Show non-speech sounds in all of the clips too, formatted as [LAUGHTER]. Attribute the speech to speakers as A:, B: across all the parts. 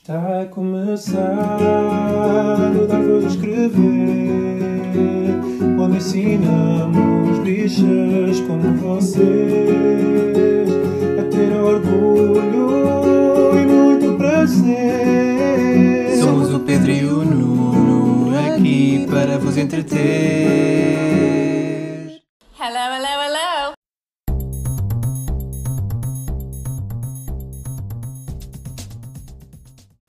A: Está a começar o Dar Vou Escrever, onde ensinamos bichas como vocês a ter orgulho e muito prazer.
B: Somos o Pedro e o Nuno aqui para vos entreter.
C: Hello, hello, hello!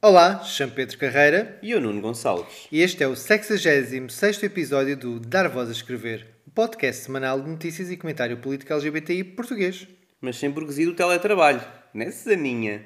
D: Olá, chamo Pedro Carreira
E: e o Nuno Gonçalves.
D: e este é o 66º episódio do Dar Voz a Escrever, um podcast semanal de notícias e comentário político LGBTI português.
E: Mas sem burguesia do teletrabalho. Não é Susaninha?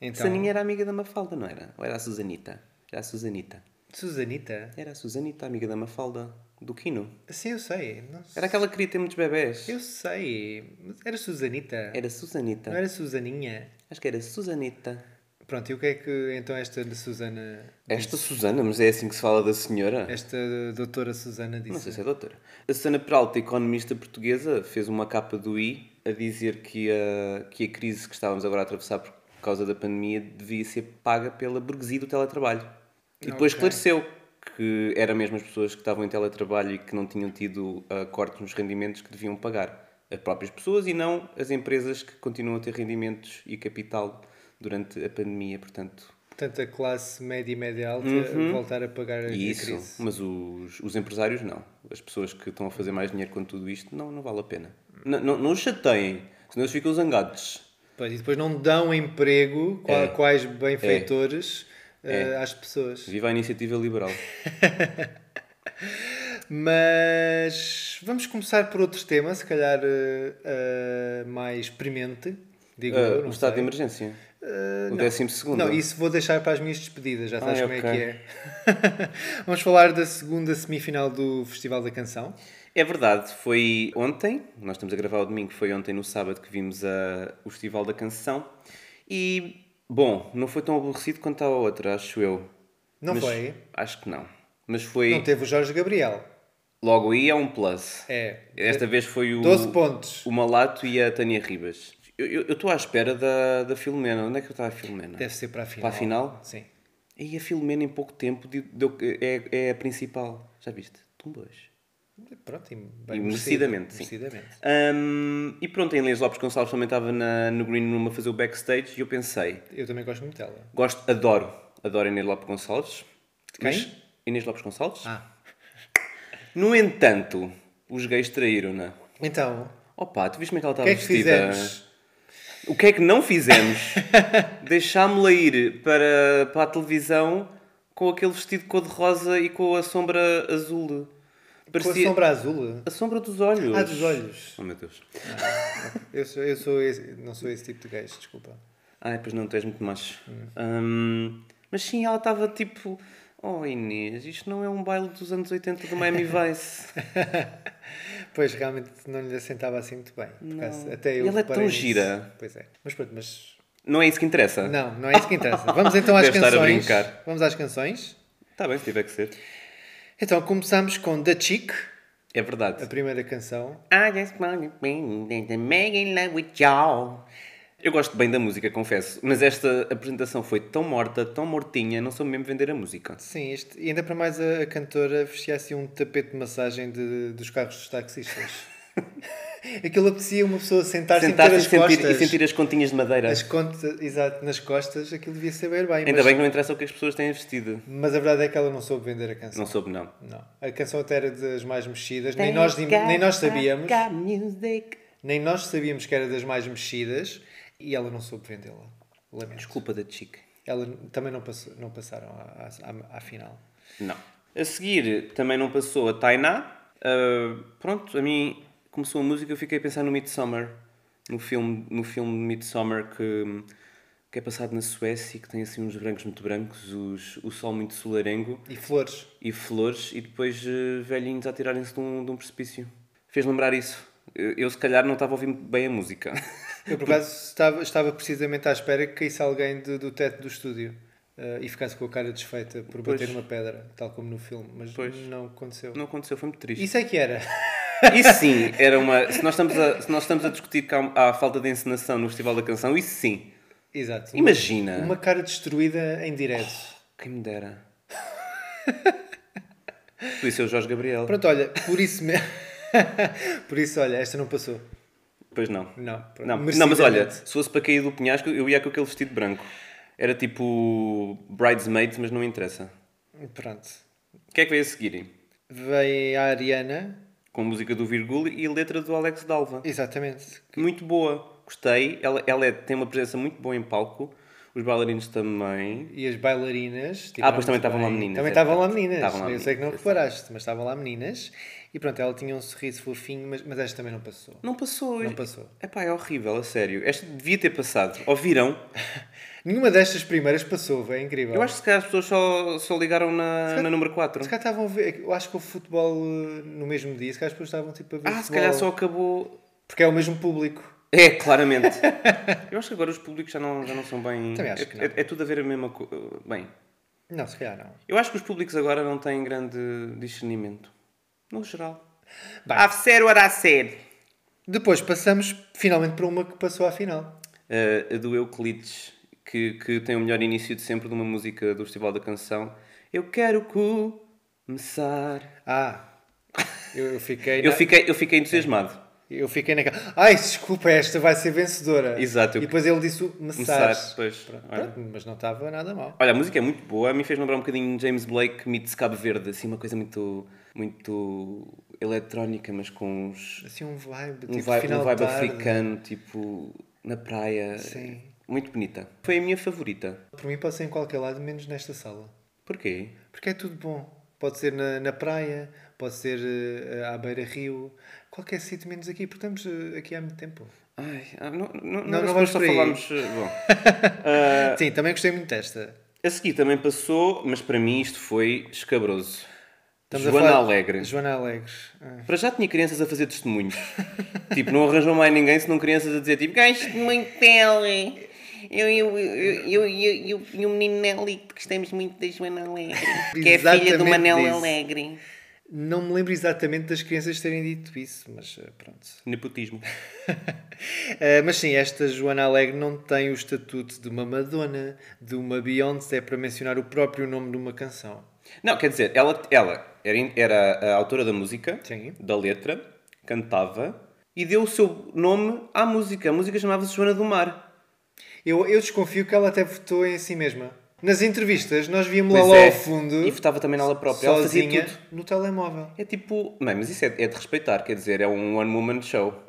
D: Então,
E: Susaninha era amiga da Mafalda, não era? Ou era a Susanita? Era a Susanita.
D: Susanita?
E: Era a Susanita, amiga da Mafalda. Do Quino.
D: Sim, eu sei. não sei.
E: Era aquela que queria ter muitos bebés.
D: Eu sei. Mas era Susanita?
E: Era Susanita.
D: Não era Susaninha?
E: Acho que era Susanita.
D: Pronto, e o que é que então esta Susana,
E: Esta Susana, mas é assim que se fala da senhora?
D: esta doutora Susana
E: Não sei
D: disse?
E: se é doutora. A Susana Peralta, economista portuguesa, fez uma capa do I a dizer que a, que a crise que estávamos agora a atravessar por causa da pandemia devia ser paga pela burguesia do teletrabalho. E depois
D: Ok.
E: esclareceu que eram mesmo as pessoas que estavam em teletrabalho e que não tinham tido ah, cortes nos rendimentos que deviam pagar. As próprias pessoas e não as empresas que continuam a ter rendimentos e capital durante a pandemia, portanto.
D: Portanto, a classe média e média alta voltar a pagar a
E: E Uhum. isso,
D: crise.
E: mas os, os empresários não. As pessoas que estão a fazer mais dinheiro com tudo isto, não, não vale a pena. N- não, não os chateiem, senão eles ficam zangados.
D: Pois, e depois não dão emprego, qua-
E: É.
D: quais benfeitores
E: É.
D: eh, às pessoas.
E: Viva a iniciativa liberal.
D: Mas vamos começar por outro tema, se calhar eh, eh, mais premente, [LAUGHS] digo
E: Ah,
D: eu,
E: o
D: não
E: estado de
D: sei.
E: emergência.
D: Eh,
E: o
D: não.
E: décimo segundo.
D: Não, isso vou deixar para as minhas despedidas, já
E: Ah,
D: sabes como
E: ok.
D: é [LAUGHS] que é. vamos falar da segunda semifinal do Festival da Canção.
E: É verdade, foi ontem, nós estamos a gravar o domingo, foi ontem no sábado que vimos a, o Festival da Canção. E, bom, não foi tão aborrecido quanto a outra, acho eu.
D: Não
E: Mas-
D: foi?
E: Acho que não. Mas foi.
D: Não teve o Jorge Gabriel.
E: Logo aí é um plus.
D: É.
E: Desta vez foi o.
D: 12 pontos.
E: O Malato e a Tânia Ribas. Eu- Eu eu estou à espera da, da Filomena. Onde é que está a Filomena?
D: Deve ser para a final.
E: Para a final?
D: Sim.
E: E a Filomena, em pouco tempo, de- deu- é, é a principal. Já viste? Tumbas.
D: Pronto, e bem
E: E
D: merecido,
E: merecidamente, sim.
D: merecidamente.
E: Hum, e pronto, a Inês Lopes Gonçalves também estava na- no Green Room a fazer o backstage e eu pensei,
D: Eu também gosto muito dela.
E: gosto, adoro, adoro a Inês Lopes Gonçalves. De
D: quem?
E: Inês Lopes Gonçalves.
D: Ah.
E: No entanto, os gays traíram-na.
D: Então,
E: Opa, tu viste como é que ela
D: o
E: estava
D: que é que
E: vestida?
D: fizemos?
E: O que é que não
D: [LAUGHS]
E: fizemos? Deixámo-la ir para, para a televisão com aquele vestido cor-de-rosa e com a sombra azul.
D: Com a sombra azul.
E: A sombra dos olhos.
D: Ah, dos olhos.
E: Oh, meu Deus.
D: Eu, sou, eu sou esse- não sou esse tipo de gajo, desculpa.
E: Ai, pois não, tu és muito macho. Hum, mas sim, ela estava tipo... Oh, Inês, isto não é um baile dos anos 80 do
D: [LAUGHS]
E: Miami Vice.
D: Pois realmente não lhe assentava assim muito bem. Por acaso, até eu
E: Ela é
D: reparei
E: tão
D: nisso.
E: gira.
D: Pois é. Mas pronto, mas.
E: Não é isso que interessa?
D: Não, não é isso que interessa. Vamos então às
E: Deve estar a
D: canções.
E: brincar.
D: Vamos às canções.
E: Está Tá bem, se tiver que ser.
D: Então começamos com The Chick,
E: É
D: a
E: verdade.
D: primeira canção.
E: I just wanna be in love with y'all. Eu gosto bem da música, confesso, mas esta apresentação foi tão morta, tão mortinha, não soube mesmo vender a música.
D: Sim, este, e ainda para mais a, a cantora vestia assim um tapete de massagem de, dos carros
E: [LAUGHS]
D: dos taxistas. Aquilo apetecia uma pessoa sentar-se e ter
E: Sentar-se e
D: as
E: sentir,
D: costas.
E: e sentir as continhas de madeira.
D: As contas, exato, nas costas, aquilo devia saber bem.
E: Ainda
D: mas,
E: bem que não interessa o que as pessoas têm vestido.
D: mas a verdade é que ela não soube vender a canção.
E: Não soube, não.
D: Não. A canção até era das mais mexidas, nem nós, nem nós sabíamos, nem nós sabíamos que era das mais mexidas e ela não soube vendê-la. Lamento.
E: Desculpa da chica.
D: Ela também não, passou, não passaram à, à- à final.
E: Não. A seguir também não passou a Tainá. Ah, pronto, a mim começou a música eu fiquei a pensar no Midsummer. No filme, no filme Midsummer que, que é passado na Suécia e que tem assim uns brancos muito brancos, os, o sol muito solarengo
D: E flores.
E: e flores e depois eh, velhinhos a tirarem-se de um, de um precipício. Fez lembrar isso. Eu, eu, se calhar não estava a ouvir muito bem a música. [LAUGHS]
D: Eu, por acaso, estava, estava precisamente à espera que caísse alguém de- do teto do estúdio eh, e ficasse com a cara desfeita por
E: Pois.
D: bater numa pedra, tal como no filme, mas
E: Pois.
D: não aconteceu.
E: Não aconteceu, foi muito triste.
D: Isso é que era. [LAUGHS]
E: Isso sim, era uma. Se nós estamos a, se nós estamos a discutir que há, há falta de encenação no Festival da Canção, isso sim.
D: Exato. Uma-
E: Imagina.
D: Uma cara destruída em direto.
E: Quem me dera. [LAUGHS] Podia ser o Jorge Gabriel.
D: Pronto, olha, por isso mesmo. [LAUGHS] por isso, olha, esta não passou.
E: Pois não.
D: Não, pronto.
E: Não, não, mas olha,
D: Merecidamente.
E: se fosse para cair do penhasco, eu ia com aquele vestido branco. Era tipo bridesmaids, mas não interessa.
D: Pronto.
E: O que é que veio a seguir?
D: Veio a Ariana.
E: Com música do Virgulho e letra do Alex Dalva.
D: Exatamente.
E: Muito boa. Gostei. Ela, ela é- tem uma presença muito boa em palco. Os bailarinos também.
D: E as bailarinas.
E: Ah, pois
D: tiveram muito
E: também estavam lá
D: bem.
E: meninas,
D: Também
E: é
D: estavam lá
E: verdade.
D: meninas.
E: Estavam lá
D: eu sei que não
E: meninas,
D: reparaste, mas estavam lá meninas. E pronto, ela tinha um sorriso fofinho, mas, mas esta também não passou.
E: Não passou.
D: Não passou.
E: Epá, é horrível, a sério. Esta devia ter passado. Ouviram?
D: Nenhuma destas primeiras passou, é incrível.
E: Eu acho que se calhar as pessoas só, só ligaram na, na número 4.
D: Se calhar estavam a ver. Eu acho que o futebol eh, no mesmo dia, se calhar as pessoas estavam tipo a ver.
E: Ah, se
D: futebol,
E: calhar só
D: [LAUGHS]
E: acabou.
D: Porque é o mesmo público.
E: É, claramente. Eu acho que agora os públicos já não, já não são bem.
D: Também acho
E: é,
D: que não.
E: é- é tudo a ver a mesma coisa. Bem,
D: Não, se calhar não.
E: eu acho que os públicos agora não têm grande discernimento. No geral.
D: Bem.
E: A ser ou a ser?
D: Depois passamos finalmente para uma que passou à final.
E: Eh, a do Euclides, que, que tem o melhor início de sempre de uma música do Festival da Canção. Eu quero começar.
D: Ah, eu, eu
E: [LAUGHS]
D: fiquei.
E: Eu
D: na-
E: fiquei, eu fiquei entusiasmado.
D: Eu fiquei naquela. Ai, desculpa, esta vai ser vencedora.
E: Exato.
D: E depois ele disse o
E: Começar,
D: Messares.
E: pois. Olha.
D: Pronto, mas não estava nada mal.
E: Olha, a música é muito boa, a mim fez lembrar um bocadinho James Blake meets Cabo Verde, assim, uma coisa muito, muito eletrónica, mas com uns,
D: Assim um vibe,
E: um
D: tipo
E: vibe,
D: final
E: um
D: de
E: vibe
D: tarde.
E: africano, tipo, na praia.
D: Sim.
E: Muito bonita. Foi a minha favorita.
D: Por mim pode ser em qualquer lado, menos nesta sala.
E: Porquê?
D: Porque é tudo bom. Pode ser na, na praia, pode ser eh, à beira-rio, qualquer sítio menos aqui, porque estamos eh, aqui há muito tempo.
E: Ai, ah, não, não, não,
D: Não,
E: mas
D: não vamos
E: só
D: por aí.
E: falámos, eh, Bom, Ah,
D: Sim, também gostei muito desta.
E: [LAUGHS] a seguir também passou, mas para mim isto foi escabroso.
D: a
E: Joana
D: falar-
E: Alegre.
D: Joana Alegre. Ah.
E: Para já tinha crianças a fazer testemunhos. tipo, não arranjou mais ninguém senão crianças a dizer tipo, gajo
F: muito pele. Eu e o- eu- eu- eu- eu- e o menino Nelly que gostamos muito da Joana Alegre, que é filha do
D: Exatamente
F: Manel
D: disso.
F: Alegre.
D: Não me lembro exatamente das crianças terem dito isso, mas eh, pronto.
E: nepotismo.
D: Eh, mas sim, esta Joana Alegre não tem o estatuto de uma Madonna, de uma Beyoncé, é para mencionar o próprio nome de uma canção.
E: Não, quer dizer, ela, ela era, in- era a autora da música,
D: Sim.
E: da letra, cantava e deu o seu nome à música. A música chamava-se Joana do Mar.
D: Eu, eu desconfio que ela até votou em si mesma. Nas entrevistas, nós víamos-la
E: Pois
D: lá
E: é.
D: ao fundo,
E: E votava também nela própria. Ela fazia
D: sozinha,
E: tudo.
D: no telemóvel.
E: É tipo. Bem, mas isso é, é de respeitar, quer dizer, é um one-woman
D: [LAUGHS]
E: show.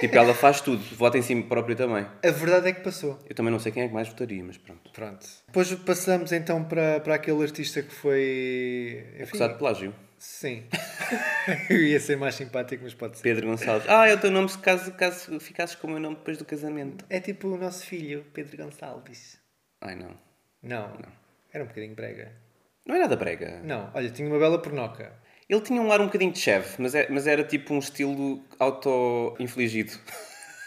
E: tipo, ela faz tudo, vota em si própria também.
D: A verdade é que passou.
E: Eu também não sei quem é que mais votaria, mas pronto.
D: Pronto. Depois passamos então para, para aquele artista que foi... Enfim,
E: Acusado de plágio.
D: Sim. [LAUGHS] eu ia ser mais simpático, mas pode ser.
E: Pedro Gonçalves. Ah, é o teu nome se caso, caso ficasses com o meu nome depois do casamento.
D: É tipo o nosso filho, Pedro Gonçalves.
E: Ai não.
D: Não. Era um bocadinho brega.
E: Não é nada brega.
D: Não, olha, tinha uma bela pornoca.
E: Ele tinha um ar um bocadinho de chefe, mas, é- mas era tipo um estilo auto-infligido.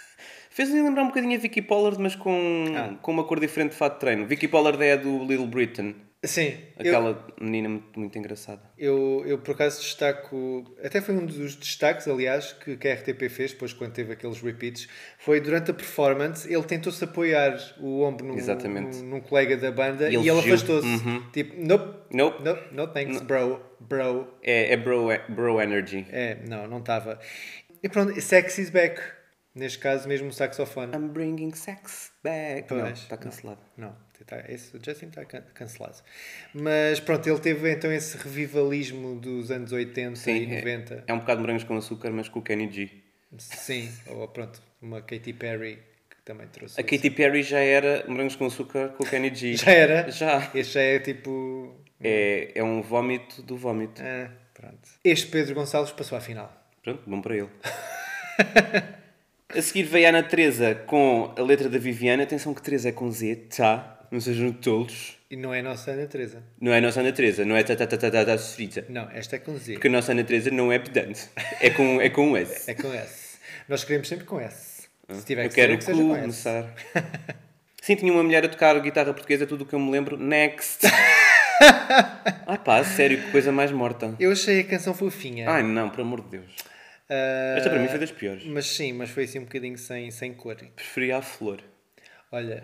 E: [LAUGHS] Fez-me lembrar um bocadinho a Vicky Pollard, mas com,
D: Ah.
E: com uma cor diferente de fato de treino. Vicky Pollard é a do Little Britain.
D: Sim,
E: Aquela menina muito, muito engraçada.
D: eu, eu, eu por acaso destaco, até foi um dos destaques, aliás, que, que a RTP fez, depois quando teve aqueles repeats, foi durante a performance, ele tentou-se apoiar o ombro num,
E: Exatamente.
D: num, num colega da banda
E: E
D: e
E: ele
D: ele,
E: fugiu. Uhum.
D: afastou-se. Tipo, nope,
E: Nope.
D: nope, no thanks, bro, bro.
E: É, é bro, é bro Energy.
D: É, não, não estava. E pronto, Sex is back. Neste caso mesmo o saxofone.
E: I'm bringing sex back. não,
D: Pois,
E: está cancelado.
D: Não, tá, esse o Justin está can- cancelado. Mas pronto, ele teve então esse revivalismo dos anos 80 e
E: é-
D: 90.
E: É, um bocado de morangos com açúcar, mas com o Kenny G.
D: Sim, ou pronto, uma Katy Perry que também trouxe.
E: A Katy Perry já era morangos com açúcar com o Kenny G.
D: [LAUGHS] Já era?
E: Já.
D: Este já é tipo.
E: É, é um vómito do vómito.
D: ah, pronto. Este Pedro Gonçalves passou à final.
E: Pronto, bom para ele. [LAUGHS] a seguir veio a Ana Teresa com a letra da Viviana. Atenção que Teresa é com Z, tá? Não sejam tolos.
D: E não é a nossa Ana Teresa.
E: Não é a nossa Ana Teresa, não é tá tá tá tá tá, tá sofrida.
D: Não, esta é com Z.
E: Porque a nossa Ana Teresa não é pedante. É com, é com um S.
D: É com S. Nós queremos sempre com S. [LAUGHS] Se tiver
E: Eu
D: que ser,
E: quero
D: que seja com S.
E: começar. [LAUGHS] Sim, tinha uma mulher a tocar guitarra portuguesa, tudo o que eu me lembro.
D: [LAUGHS]
E: Next! Ai pá, sério, que coisa mais morta.
D: Eu achei a canção fofinha.
E: Ai não, por amor de Deus.
D: Ah,
E: Esta para mim foi das piores.
D: Hum. Mas sim, mas foi assim um bocadinho sem, sem cor.
E: Preferia a flor.
D: Olha,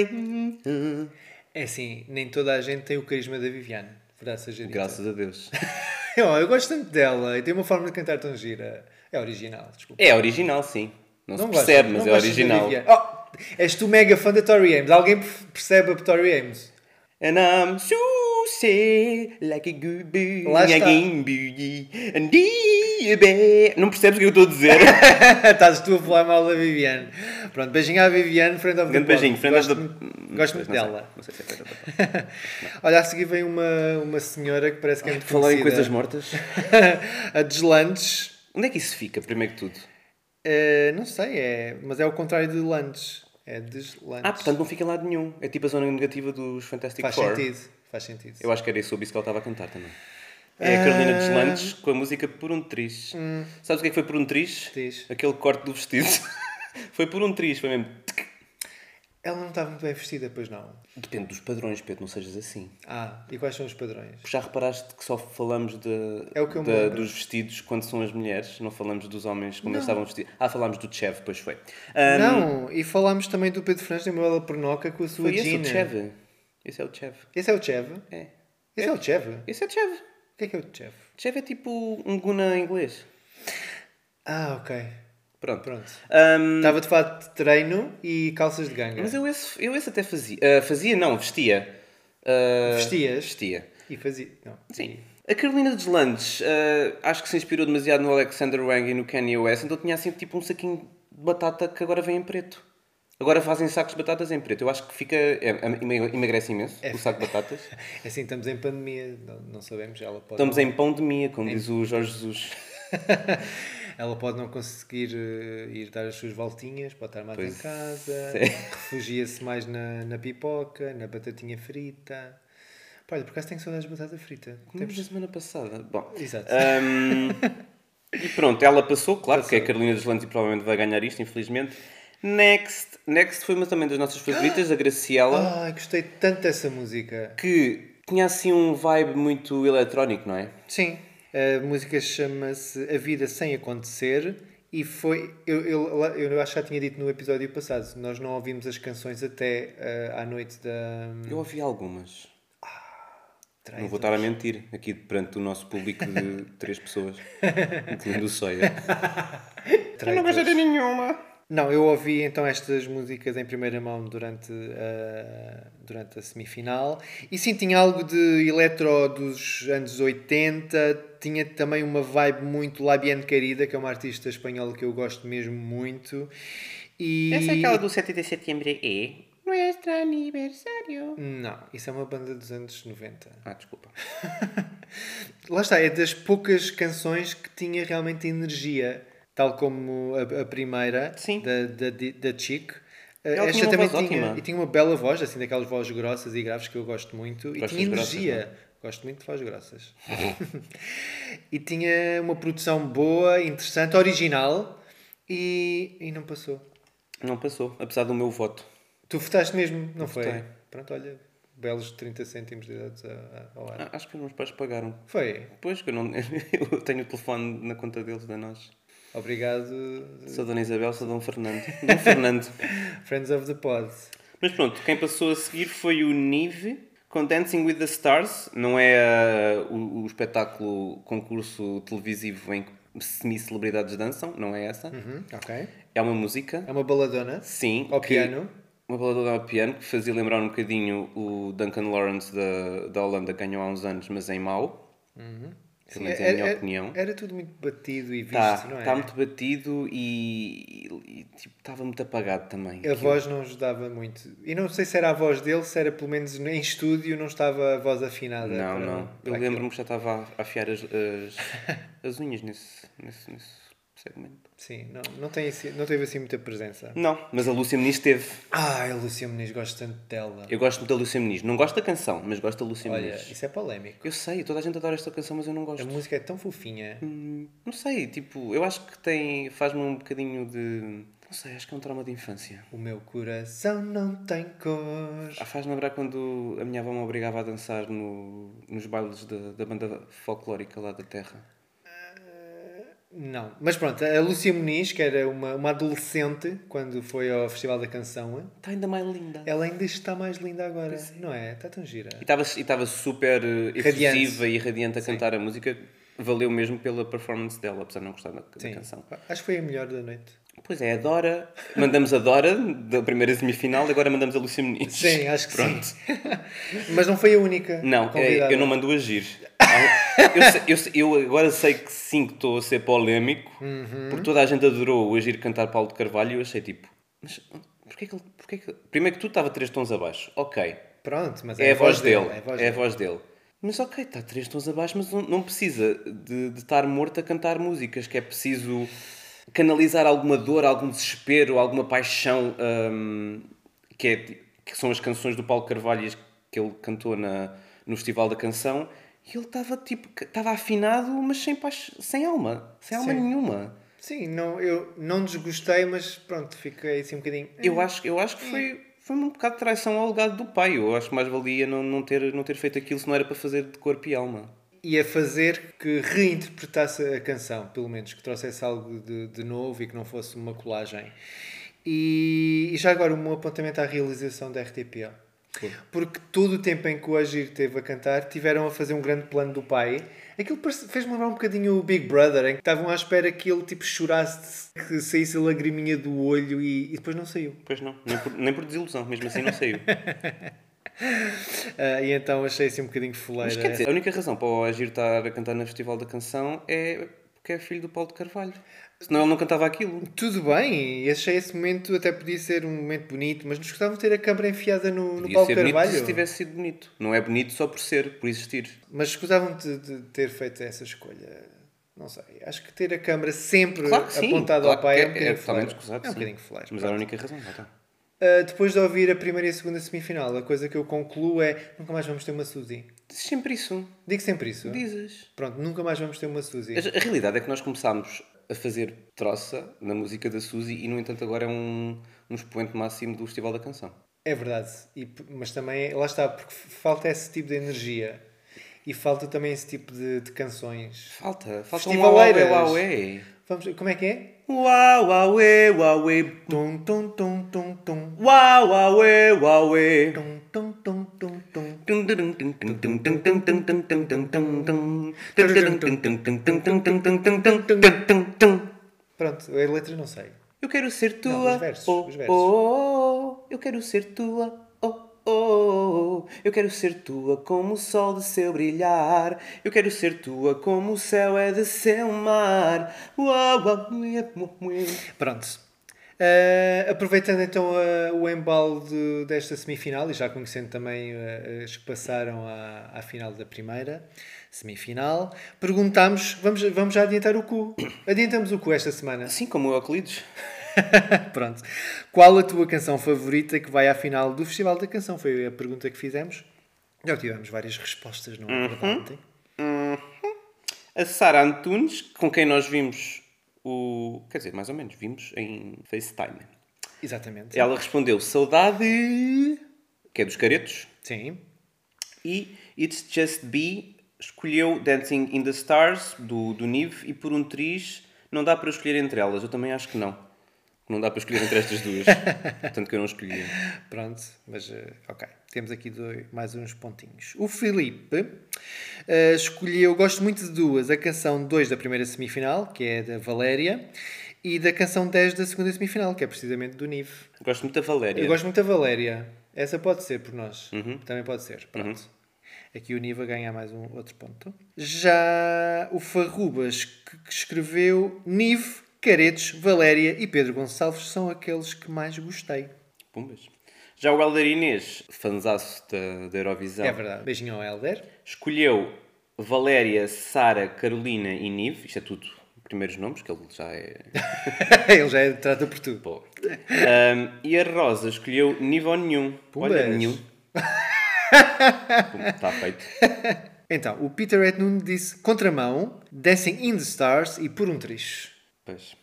F: Graças
D: é assim, nem toda a gente tem o carisma da Viviane, verdade seja dita. [LAUGHS]
E: Graças a Deus.
D: Eu, Oh, eu gosto tanto dela e tem uma forma de cantar tão gira. É original, desculpa.
E: É original, sim. Não, se
D: gosto-
E: percebe, mas
D: não
E: é
D: gosto da
E: original.
D: Viviane. Oh, és tu mega fã da Tori Amos. Alguém per- percebe a Tori Amos?
E: And I'm so sad, like a good boy,
D: Lá está.
E: again, boy, and the bear. Não percebes o que eu estou a
D: [LAUGHS]
E: dizer?
D: [LAUGHS] Estás tu a falar mal da Viviane. Pronto, beijinho à Viviane, friend of the
E: Grande beijinho,
D: pod.
E: friend of
D: Gosto,
E: the-
D: muito- gosto muito
E: Não sei,
D: dela.
E: Não sei se é friend of the pod.
D: Olha, a seguir vem uma, uma senhora que parece que é muito
E: Falar em
D: conhecida. [LAUGHS]
E: coisas mortas.
D: a deslandes.
E: né? Onde é que isso fica, primeiro que tudo?
D: Eh, não sei, é, mas é o contrário de lanches. É deslandes.
E: Ah, portanto não fica em lado nenhum. É tipo a zona negativa dos Fantastic
D: faz
E: Four.
D: sentido. Faz sentido.
E: Eu acho que era isso o que ela estava a cantar também. É
D: Ah,
E: a Carolina Deslandes com a música Por um Triz.
D: hum.
E: Sabes o que é que foi Por um Triz?
D: Diz.
E: Aquele corte do vestido. [LAUGHS] foi Por um Triz, foi mesmo.
D: Ela não estava muito bem vestida, pois não.
E: Depende dos padrões, Pedro, não sejas assim.
D: Ah, e quais são os padrões?
E: Já reparaste que só falamos de,
D: É o que eu me
E: da-
D: lembro.
E: dos vestidos quando são as mulheres, não falamos dos homens como eles estavam vestidos. Ah, falámos do Chev, pois foi. Ah,
D: Não, e falámos também do Pedro Fernandes e uma bela pernoca com a sua
E: foi esse o
D: Gina.
E: Chev. Esse é o Chev.
D: Esse é o Chev?
E: É.
D: Esse é, o Chev? O
E: Esse é o Chev.
D: que é que é o Chev?
E: Chev é tipo um guna em inglês.
D: Ah, ok.
E: Pronto.
D: Pronto.
E: Ah,
D: Estava de fato de treino e calças de ganga.
E: Mas eu esse, eu esse até fazia. Ah, fazia, não, vestia. Ah,
D: Vestias?
E: Vestia.
D: E fazia... Não.
E: Sim. A Carolina dos Landes ah, acho que se inspirou demasiado no Alexander Wang e no Kanye West, então tinha assim tipo um saquinho de batata que agora vem em preto. Agora fazem sacos de batatas em preto. Eu acho que fica. é, é, emag- emagrece imenso o saco de batatas.
D: Assim, estamos em pandemia, não, não sabemos, ela pode...
E: Estamos em pão de mia, como diz o Jorge Jesus.
D: Ela pode não conseguir eh, ir dar as suas voltinhas, pode estar mais
E: Pois
D: em casa,
E: é.
D: refugia-se mais na, na pipoca, na batatinha frita. Pá, olha, por acaso tenho saudades de batata frita.
E: Temos da semana passada. Bom.
D: Exato.
E: Ahm, e pronto, ela passou, claro, porque é a Carolina dos Landes e provavelmente vai ganhar isto, infelizmente. Next. Next foi uma também das nossas favoritas, a Graciela.
D: Ai, gostei tanto dessa música.
E: que tinha assim um vibe muito eletrónico, não é?
D: Sim, a música chama-se A Vida Sem Acontecer e foi. Eu, eu, lá- eu acho que já tinha dito no episódio passado, nós não ouvimos as canções até eh, à noite da.
E: Eu ouvi algumas. Não
D: Traidor.
E: vou estar a mentir aqui perante o nosso público [LAUGHS] de três pessoas, incluindo o Soia.
D: Traidores.
E: de nenhuma.
D: Não, eu ouvi então estas músicas em primeira mão durante a, durante a semifinal e sim, tinha algo de eletro dos anos 80, tinha também uma vibe muito Labienne Querida, que é uma artista espanhola que eu gosto mesmo muito. E...
F: Essa é aquela do 7 de setembro é Nuestro aniversário.
D: Não, isso é uma banda dos anos 90.
E: Ah, desculpa.
D: Lá está, é das poucas canções que tinha realmente energia, tal como a, a primeira
E: Sim.
D: da, da, da Chic. Eh,
E: Ela tinha uma voz
D: tinha,
E: ótima.
D: e tinha uma bela voz, assim, daquelas vozes grossas e graves que eu gosto muito. e
E: Gostas
D: tinha
E: de grossas, é?
D: energia. Gosto muito de vozes grossas. [LAUGHS] e tinha uma produção boa, interessante, original e, e não passou.
E: Não passou, apesar do meu voto.
D: Tu votaste mesmo, não foi?
E: votei.
D: Pronto, olha, belos 30 cêntimos de dados a- a- ao ar.
E: Ah, acho que os meus pais pagaram.
D: Foi.
E: Pois, que eu, não, [LAUGHS] eu tenho o telefone na conta deles, da nós.
D: Obrigado,
E: Sou Dona Isabel, sou Dom Fernando. [LAUGHS] Dom Fernando.
D: Friends of the Pod.
E: Mas pronto, quem passou a seguir foi o Nive com Dancing with the Stars. Não é ah, o, o espetáculo concurso televisivo em que semi-celebridades dançam, não é essa.
D: Ok.
E: É uma música.
D: Hum. É uma baladona.
E: Sim.
D: Ao
E: que-
D: piano.
E: Uma balada ao piano que fazia lembrar um bocadinho o Duncan Lawrence da, da Holanda, que ganhou há uns anos, mas em mau. Pelo menos é a minha opinião.
D: Era tudo muito batido e visto,
E: Está
D: não é?
E: tá muito batido e estava tipo, tava muito apagado também.
D: A voz não ajudava muito. E não sei se era a voz dele, se era pelo menos em estúdio, não estava a voz afinada.
E: Não,
D: para-
E: não.
D: para
E: Eu
D: aquilo.
E: lembro-me que já estava a afiar as, as,
D: [LAUGHS]
E: as unhas nesse, nesse, nesse segmento.
D: Sim, não, não, tem, assim- não teve assim muita presença.
E: Não, mas a Lúcia Meniz teve.
D: Ai, a Lúcia Meniz, gosto tanto dela.
E: Eu gosto muito da Lúcia Meniz. Não gosto da canção, mas gosto da Lúcia
D: Olha,
E: Meniz.
D: isso é polémico.
E: Eu sei, toda a gente adora esta canção, mas eu não
D: A
E: gosto.
D: música é tão fofinha.
E: Não sei, tipo, eu acho que tem. faz-me um bocadinho de. Não sei, acho que é um trauma de infância.
D: O meu coração não tem cor.
E: Ah, Faz-me lembrar quando a minha avó me obrigava a dançar no, nos bailes da, da banda folclórica lá da terra.
D: Não. Mas pronto, a Lúcia Muniz, que era uma, uma adolescente quando foi ao Festival da Canção,
E: Está Tá ainda mais linda.
D: ela ainda está mais linda agora, não é? Está tão gira.
E: E estava- E estava super eh,
D: Radiante.
E: efusiva e radiante a cantar a música. Valeu mesmo pela performance dela, apesar de não gostar da, da
D: Sim.
E: canção.
D: Acho que foi a melhor da noite.
E: Pois é, a Dora. Mandamos a Dora da primeira semifinal e agora mandamos a Lúcia Muniz.
D: Sim, acho que sim. Mas não foi a única.
E: Não, é,
D: convidada.
E: eu não mando agir. Há- um, eu, sei- eu sei- eu agora sei que sim que estou a ser polémico,
D: Uhum.
E: porque toda a gente adorou o agir cantar Paulo de Carvalho e eu achei tipo, mas porquê que ele. Porquê que... Primeiro que tu estava três tons abaixo, ok.
D: Pronto, mas
E: É, a voz dele,
D: É a voz
E: é a
D: dele.
E: voz dele. Mas ok, está três tons abaixo, mas não, não precisa de, de estar morto a cantar músicas, que é preciso canalizar alguma dor, algum desespero, alguma paixão, hum, que, é, que são as canções do Paulo Carvalho e as que ele cantou na, no Festival da Canção. E ele estava tipo, estava afinado, mas sem, paix- sem alma, sem alma
D: Sim.
E: nenhuma.
D: Sim, não, eu não desgostei, mas pronto, fiquei assim um bocadinho.
E: Eu acho, eu
D: É.
E: acho que foi, foi um bocado de traição ao legado do pai. Eu acho que mais valia não, não, ter, não ter feito aquilo se não era para fazer de corpo e alma.
D: E a fazer que reinterpretasse a canção, pelo menos, que trouxesse algo de, de novo e que não fosse uma colagem. E, e já agora um apontamento à realização da RTP. Porque todo o tempo em que o Agir teve a cantar, tiveram a fazer um grande plano do pai. Aquilo parece- fez-me lembrar um bocadinho o Big Brother, em que estavam à espera que ele tipo chorasse, que saísse a lagriminha do olho e, e depois não saiu.
E: Pois não, nem por, nem por desilusão, mesmo assim não
D: [LAUGHS]
E: saiu.
D: Ah, e então achei assim um bocadinho fuleira.
E: Mas quer dizer, a única razão para o Agir estar a cantar no Festival da Canção é porque é filho do Paulo de Carvalho. Senão ele não cantava aquilo.
D: Tudo bem, e achei esse momento, até podia ser um momento bonito, mas nos gostava de ter a câmara enfiada no, no
E: Podia
D: Paulo
E: ser bonito
D: Carvalho.
E: se tivesse sido bonito. Não é bonito só por ser, por existir.
D: Mas escusavam de, de ter feito essa escolha. Não sei, acho que ter a câmara sempre
E: Claro que sim.
D: apontada
E: claro
D: Eh, ao pai
E: que
D: é, um bocadinho
E: totalmente
D: fuleiro.
E: escusado,
D: É um
E: sim.
D: bocadinho fuleiro.
E: Mas era a única razão. então. lá está.
D: Ah, depois de ouvir a primeira e a segunda semifinal, a coisa que eu concluo é nunca mais vamos ter uma Suzy.
E: Dizes sempre isso.
D: Digo sempre isso.
E: Dizes.
D: Pronto, nunca mais vamos ter uma Suzy.
E: Mas A realidade é que nós começámos a fazer troça na música da Suzy e, no entanto, agora é um, um expoente máximo do Festival da Canção.
D: É verdade, e p- mas também, lá está, porque f- falta esse tipo de energia e falta também esse tipo de, de canções.
E: Falta, falta um uauê,
D: Festivaleiras.
E: uauê.
D: Vamos, como é que é?
E: Uau, uauê, uauê.
D: Tum, tum, tum, tum, tum.
E: Uau, uauê, uauê.
D: Tum, tum, tum, tum, tum. Pronto, a letra não sei.
E: Eu quero ser tua.
D: Não, os versos,
E: oh,
D: os versos.
E: oh, oh, eu quero ser tua. Oh, oh, oh, eu quero ser tua como o sol de seu brilhar. Eu quero ser tua como o céu é de seu mar. Uau, uau, ué, ué.
D: Pronto. Ah, aproveitando então ah, o embalo de- desta semifinal e já conhecendo também ah, as que passaram à, à final da primeira semifinal, perguntámos, vamos, vamos já adiantar o cu. Adiantamos o cu esta semana. [LAUGHS]
E: Assim como o Euclides.
D: Pronto. Qual a tua canção favorita que vai à final do Festival da Canção? Foi a pergunta que fizemos. Já tivemos várias respostas, não é verdade?
E: A Sara Antunes, com quem nós vimos o. Quer dizer, mais ou menos, vimos em FaceTime.
D: Exatamente.
E: Ela respondeu Saudade, que é dos caretos,
D: Sim.
E: e It's Just Be escolheu Dancing in the Stars, do, do Nive, e por um triz não dá para escolher entre elas. Eu também acho que não. Não dá para escolher entre estas
D: [LAUGHS]
E: duas. Tanto que eu não escolhi.
D: Pronto, mas eh, ok. Temos aqui dois- mais uns pontinhos. O Filipe eh, escolheu, gosto muito de duas, a canção 2 da primeira semifinal, que é da Valéria, e da canção 10 da segunda semifinal, que é precisamente do Nive.
E: Gosto muito da Valéria.
D: Eu gosto muito da Valéria. Essa pode ser por nós. Também pode ser. Pronto. Aqui o Niva ganha mais um outro ponto. Já o Farrubas que que escreveu Nive, Caretes, Valéria e Pedro Gonçalves são aqueles que mais gostei.
E: Pumbas. Já o Helder Inês, fanzaço da, da Eurovisão,
D: É verdade. Beijinho ao Helder. [LAUGHS]
E: escolheu Valéria, Sara, Carolina e Nive. Isto é tudo primeiros nomes, que ele já
D: [LAUGHS]
E: é
D: Ele já é- trata por tudo.
E: Bom. Ahm, e a Rosa escolheu nível nenhum. Olha,
D: Pumbas. [LAUGHS]
E: nenhum. Está feito.
D: Então, o Peter Ed Nuno disse Contramão, Dancing in the Stars e Por um Triz.
E: Pois.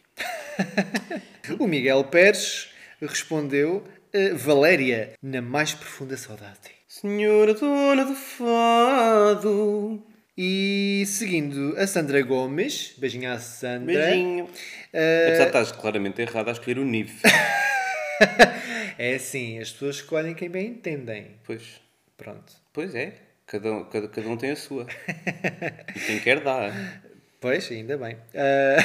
D: O Miguel Pérez respondeu eh, Valéria, na mais profunda saudade.
E: Senhora dona do fado.
D: E seguindo a Sandra Gomes, beijinho à Sandra. Eh,
F: Beijinho.
E: Apesar de estás claramente errado a escolher o Nive.
D: É assim, as pessoas escolhem quem bem entendem.
E: pois,
D: Pronto.
E: pois é. Cada, um- cada, cada um tem a sua. E quem quer dá.
D: Pois, ainda bem. Ah,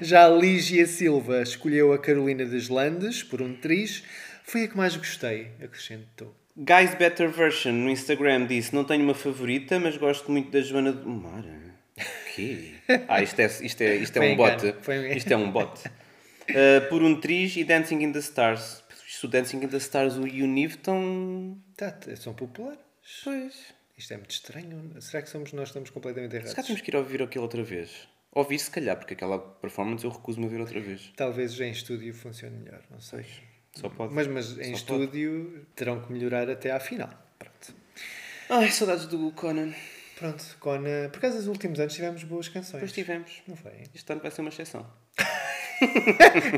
D: [LAUGHS] já a Lígia Silva escolheu a Carolina das Landes por um triz. Foi a que mais gostei, acrescentou.
E: Guys Better Version no Instagram disse: Não tenho uma favorita, mas gosto muito da Joana do Mar. O quê? Ah, isto é, isto é, isto é
D: Foi
E: um
D: engano,
E: bote.
D: foi um engano.
E: Isto é um bote. [LAUGHS] Uh, por um triz e Dancing in the Stars. Isto, o Dancing in the Stars, o Univ estão.
D: Tá, t- são populares.
E: Pois.
D: Isto é muito estranho. Será que somos nós que estamos completamente
E: Se calhar
D: errados?
E: temos que ir ouvir aquilo outra vez. Ouvir, se calhar, porque aquela performance eu recuso-me a ver outra vez.
D: Talvez em estúdio funcione melhor, não sei.
E: Só pode.
D: Mas, mas em
E: Só pode.
D: estúdio terão que melhorar até à final. Pronto.
E: Ai, saudades do Conan.
D: Pronto, Cona. Por causa dos últimos anos tivemos boas canções.
E: Depois tivemos.
D: Não foi?
E: Este ano vai ser uma exceção.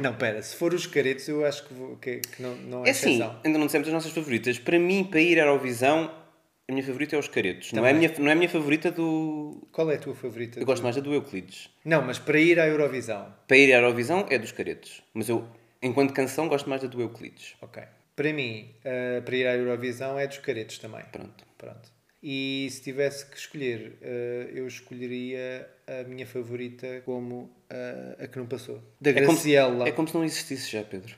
D: Não, pera, se for os caretos, eu acho que, vou- que- que não, não é,
E: É assim,
D: exceção.
E: ainda não dissemos as nossas favoritas. Para mim, para ir à Eurovisão, a minha favorita é os caretos. Não é, a minha, não é a minha favorita do.
D: Qual é a tua favorita?
E: Eu gosto mais da do Euclides.
D: Não, mas para ir à Eurovisão.
E: Para ir à Eurovisão é dos caretos. Mas eu, enquanto canção, gosto mais da do Euclides.
D: Ok. Para mim, eh, para ir à Eurovisão é dos caretos também.
E: Pronto.
D: Pronto. E se tivesse que escolher, eh, eu escolheria a minha favorita como eh, a que não passou. Da
E: É como, se,
D: Graciela.
E: é como se não existisse já, Pedro.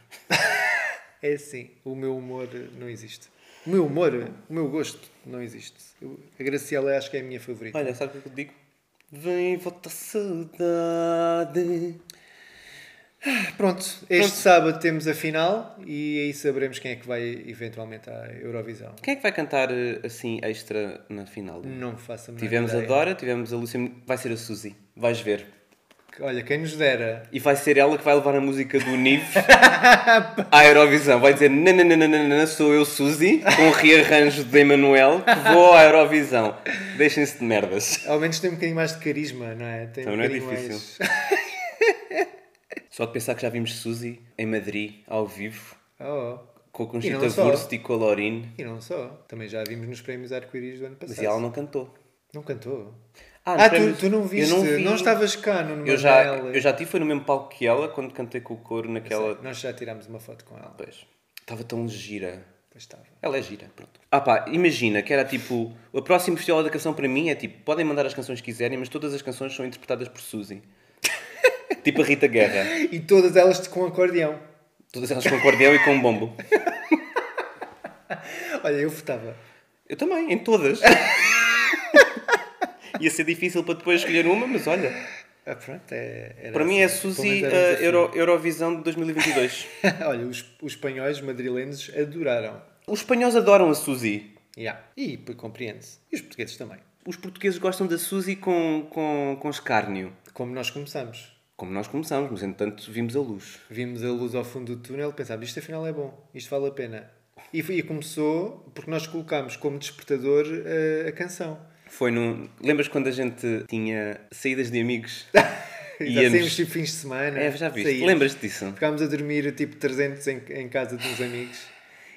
D: É assim, o meu humor eh, não existe. O meu humor, o meu gosto não existe. Eu- a Graciela acho que é a minha
E: [LAUGHS]
D: favorita.
E: Olha, sabe o que eu te digo? Vem, volta a saudade.
D: Pronto, este sábado temos a final e aí saberemos quem é que vai eventualmente à Eurovisão.
E: Quem é que vai cantar eh, assim extra na final?
D: Não faça a menor
E: Tivemos a
D: ideia.
E: Dora, tivemos a Lúcia. Vai ser a Suzy. Vais ver.
D: Olha, quem nos dera.
E: E vai ser ela que vai levar a música do Nive [LAUGHS] à Eurovisão. Vai dizer: Nananana, sou eu, Suzy, com um rearranjo de Emanuel, que vou à Eurovisão. Deixem-se de merdas.
D: Ao menos tem um bocadinho mais de carisma, não é? Tem
E: Então
D: um
E: não é
D: bocadinho
E: difícil.
D: Mais...
E: Só de pensar que já vimos Suzy em Madrid, ao vivo,
D: [LAUGHS] Oh,
E: com a
D: E
E: Conchita
D: não só.
E: Wurst e com a Laurin,
D: e não só. Também já vimos nos prémios Arco-Íris do ano
E: mas
D: passado.
E: ela não cantou.
D: Não cantou.
E: Ah,
D: Ah,
E: nos
D: tu,
E: prémios-
D: tu não viste?
E: Eu
D: não,
E: vi.
D: estavas cá, no
E: Eu já, eu já tive, foi no mesmo palco que ela, quando cantei com o coro naquela.
D: Nós já tirámos uma foto com ela.
E: Pois, estava tão gira.
D: Pois estava.
E: Ela é gira, pronto. Ah pá, imagina que era tipo. O próximo festival da canção para mim é tipo: podem mandar as canções que quiserem, mas todas as canções são interpretadas por
D: [LAUGHS]
E: Suzy. tipo a Rita Guerra.
D: E todas elas com acordeão.
E: Todas elas com acordeão e com um bombo.
D: Olha, eu votava.
E: Eu também, em
D: [LAUGHS]
E: todas. Ia ser difícil para depois escolher uma, mas olha.
D: Ah, pronto, é, era
E: Para mim é
D: assim. Pelo
E: Suzy
D: menos
E: uh,
D: era um desafio.
E: Euro- Eurovisão de 2022.
D: [LAUGHS] Olha, os, os espanhóis madrilenses adoraram.
E: Os espanhóis adoram a Suzy.
D: Yeah. E p- compreende-se. E os portugueses também.
E: Os portugueses gostam da Suzy com, com, com escárnio.
D: Como nós começamos.
E: Como nós começamos, mas entretanto vimos a luz.
D: Vimos a luz ao fundo do túnel, pensámos, isto afinal é bom, isto vale a pena. E, foi- e começou porque nós colocámos como despertador eh, a canção.
E: Foi num. Lembras quando a gente tinha saídas de
D: [LAUGHS]
E: amigos?
D: E
E: Íamos-
D: saímos tipo fins de semana.
E: É, já viste.
D: saímos.
E: Lembras-te disso?
D: Ficámos a dormir tipo 300 em, em casa de uns amigos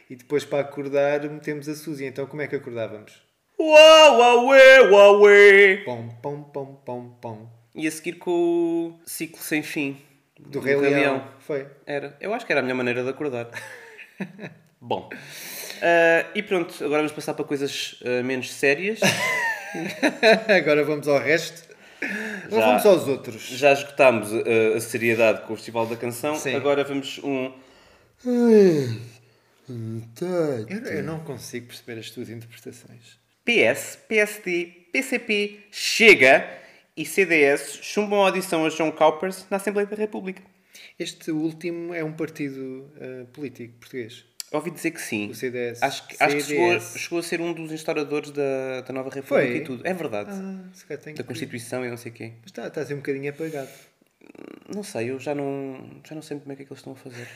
D: e depois para acordar metemos a Suzy. Então como é que acordávamos?
E: Uau, uauê, uauê!
D: Pom, pom, pom, pom, pom.
E: E a seguir com o ciclo sem fim Um
D: Do Rei, Leão. Foi. [LAUGHS]
E: Era. Eu acho que era a minha maneira de acordar. Bom. Ah, e pronto, agora vamos passar para coisas ah, menos
D: [LAUGHS]
E: sérias.
D: Agora vamos ao resto. Não
E: Já-
D: vamos aos outros.
E: Já esgotámos ah, a seriedade com o Festival da Canção.
D: Sim.
E: Agora vamos um.
D: Eu, eu não consigo perceber as tuas interpretações.
E: PS, PSD, PCP, Chega e CDS chumbam a audição a João Cowpers na Assembleia da República.
D: Este último é um partido ah, político português.
E: Ouvi dizer que sim.
D: O CDS.
E: Acho que, acho que chegou, a-
D: CDS.
E: chegou a ser um dos instauradores da, da nova República
D: Foi?
E: e tudo. É verdade.
D: Ah, se calhar tem
E: Da
D: que... Mas
E: Constituição e não sei o quê.
D: está, está a ser um bocadinho apagado.
E: Não sei, eu já não, já não sei como é que é que eles estão a
D: [LAUGHS]
E: fazer.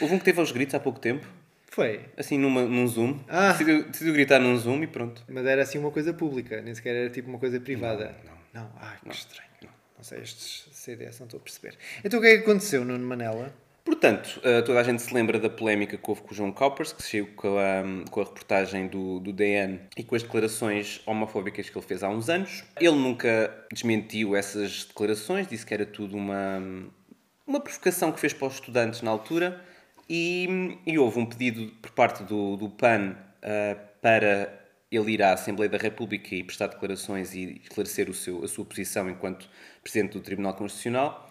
E: Houve um que teve aos gritos há pouco tempo,
D: Foi.
E: assim numa, num Zoom.
D: Ah.
E: Decidiu, decidiu gritar num Zoom e pronto.
D: Mas era assim uma coisa pública, nem sequer era tipo uma coisa privada. Não, não. Ah, que estranho. Não sei, estes CDs, não estou a perceber. Então o que é que aconteceu, Nuno Manela?
E: Portanto, eh, toda a gente se lembra da polémica que houve com o João Coppers, que saiu com a, com a reportagem do, do DN e com as declarações homofóbicas que ele fez há uns anos. Ele nunca desmentiu essas declarações, disse que era tudo uma, uma provocação que fez para os estudantes na altura. E, e houve um pedido por parte do, do PAN eh, para ele ir à Assembleia da República e prestar declarações e esclarecer o seu, a sua posição enquanto Presidente do Tribunal Constitucional.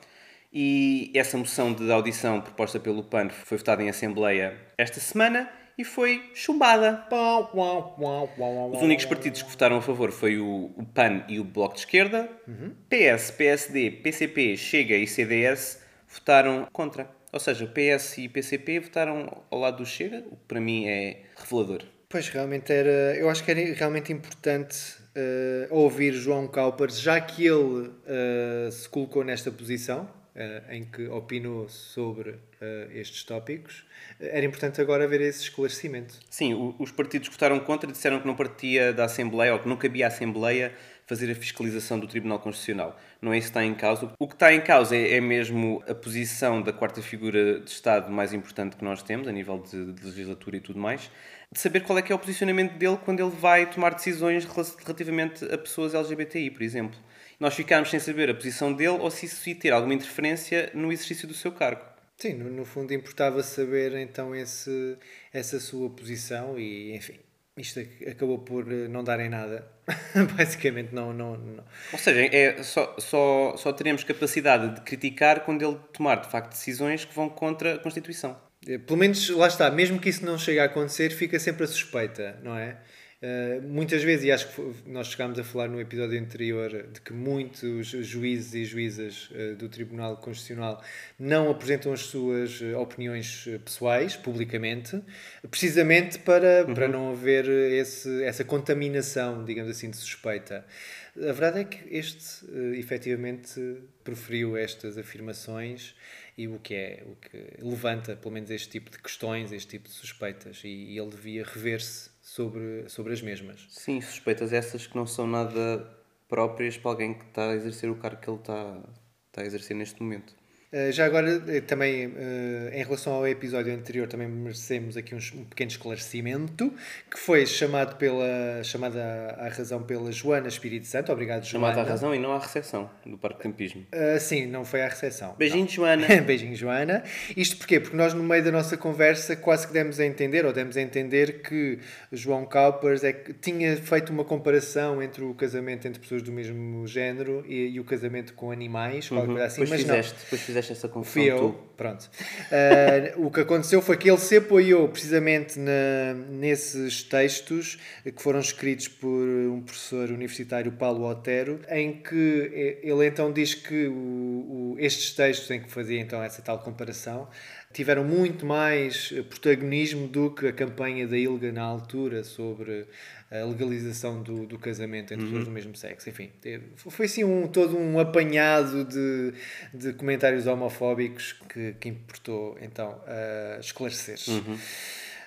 E: E essa moção de audição proposta pelo PAN foi votada em Assembleia esta semana e foi chumbada. Os
D: Os
E: únicos partidos que votaram a favor foi o, o PAN e o Bloco de Esquerda. PS, PSD, PCP, Chega e CDS votaram contra. Ou seja, o PS e PCP votaram ao lado do Chega, o que para mim é revelador.
D: Pois realmente era, eu acho que era realmente importante eh, ouvir João Cowper, já que ele eh, se colocou nesta posição eh, em que opinou sobre eh, estes tópicos, eh, era importante agora ver esse esclarecimento.
E: Sim, o- os partidos que votaram contra disseram que não partia da Assembleia ou que não cabia à Assembleia fazer a fiscalização do Tribunal Constitucional. Não é isso que está em causa. O que está em causa é, é mesmo a posição da quarta figura de Estado mais importante que nós temos, a nível de, de legislatura e tudo mais, de saber qual é que é o posicionamento dele quando ele vai tomar decisões rela- relativamente a pessoas LGBTI, por exemplo. Nós ficámos sem saber a posição dele ou se isso ia ter alguma interferência no exercício do seu cargo.
D: Sim, no, no fundo importava saber então esse, essa sua posição e enfim, isto ac- acabou por eh, não dar em nada. [LAUGHS] Basicamente não, não, não.
E: Ou seja, é só, só, só teremos capacidade de criticar quando ele tomar, de facto, decisões que vão contra a Constituição.
D: Eh, Pelo menos, lá está, mesmo que isso não chegue a acontecer, fica sempre a suspeita, não é? Eh, muitas vezes, e acho que fo- nós chegámos a falar no episódio anterior de que muitos juízes e juízas eh, do Tribunal Constitucional não apresentam as suas eh, opiniões eh, pessoais publicamente, precisamente para, para não haver eh, esse, essa contaminação, digamos assim, de suspeita. A verdade é que este, eh, efetivamente, proferiu estas afirmações e o que é o que levanta pelo menos este tipo de questões, este tipo de suspeitas e, e ele devia rever-se sobre sobre as mesmas.
E: Sim, suspeitas essas que não são nada próprias para alguém que está a exercer o cargo que ele está, está a exercer neste momento.
D: Eh, já agora eh, também eh, em relação ao episódio anterior também merecemos aqui uns- um pequeno esclarecimento que foi chamado pela chamada à à razão pela Joana Espírito Santo. Obrigado Joana.
E: Chamada à razão e não à recepção do Parque de Campismo.
D: Eh, sim, não foi à recepção.
E: Beijinho, Joana.
D: [LAUGHS] Beijinho, Joana. Isto porquê? Porque nós, no meio da nossa conversa, quase que demos a entender, ou demos a entender que João Cowpers é que tinha feito uma comparação entre o casamento entre pessoas do mesmo género e, e o casamento com animais, qualquer coisa assim,
E: depois,
D: mas não.
E: Uhum. fizeste, depois fizeste essa confusão.
D: Fui eu,
E: tu.
D: pronto. Ah, o que aconteceu foi que ele se apoiou precisamente na- nesses textos que foram escritos por um professor universitário, Paulo Otero, em que e- ele então diz que o- o- estes textos em que fazia então essa tal comparação tiveram muito mais protagonismo do que a campanha da ILGA na altura sobre a legalização do, do casamento entre pessoas do mesmo sexo. Enfim, teve- foi assim um, todo um apanhado de, de comentários homofóbicos que, que importou então a esclarecer.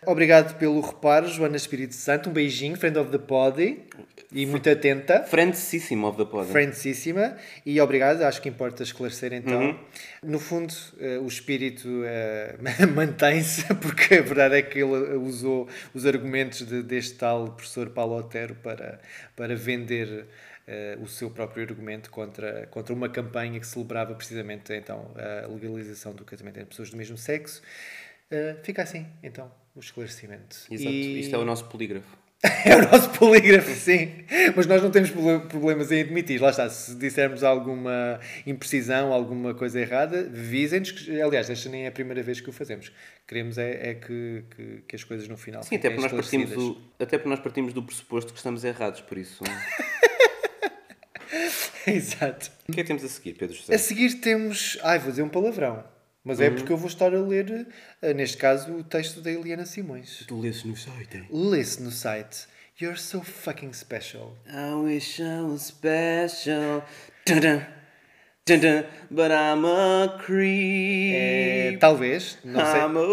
D: Obrigado pelo reparo, Joana Espírito Santo. Um beijinho, friend of the body e muito atenta.
E: Friendcíssimo of the pod.
D: Francíssima, e obrigado, acho que importa esclarecer então.
E: Uhum.
D: No fundo, eh, o espírito eh, [LAUGHS] mantém-se, [LAUGHS] porque a verdade é que ele usou os argumentos de- deste tal professor Paulo Otero para, para vender eh, o seu próprio argumento contra, contra uma campanha que celebrava precisamente então a legalização do casamento entre pessoas do mesmo sexo. Eh, fica assim, então, o esclarecimento.
E: Exato,
D: E-
E: isto é o nosso polígrafo.
D: é o nosso polígrafo, sim. Mas nós não temos prole- problemas em admitir. Lá está, se dissermos alguma imprecisão, alguma coisa errada, visem-nos. que- Aliás, esta nem é a primeira vez que o fazemos. Queremos é, é que, que, que as coisas no final
E: Sim, até porque, nós partimos
D: esclarecidas.
E: do, até porque nós partimos do pressuposto que estamos errados, por isso. [LAUGHS] o
D: [LAUGHS] Exato.
E: que é que temos a seguir, Pedro José?
D: A seguir temos... Ai, vou dizer um palavrão. Mas
E: Uhum.
D: é porque eu vou estar a ler, eh, neste caso, o texto da Eliana Simões.
E: Tu lês no site.
D: Lê-se no site. You're so fucking special.
E: I wish I was special. Dun -dun. Dun -dun. But I'm a
D: É,
E: creep.
D: talvez, não sei...
E: I'm a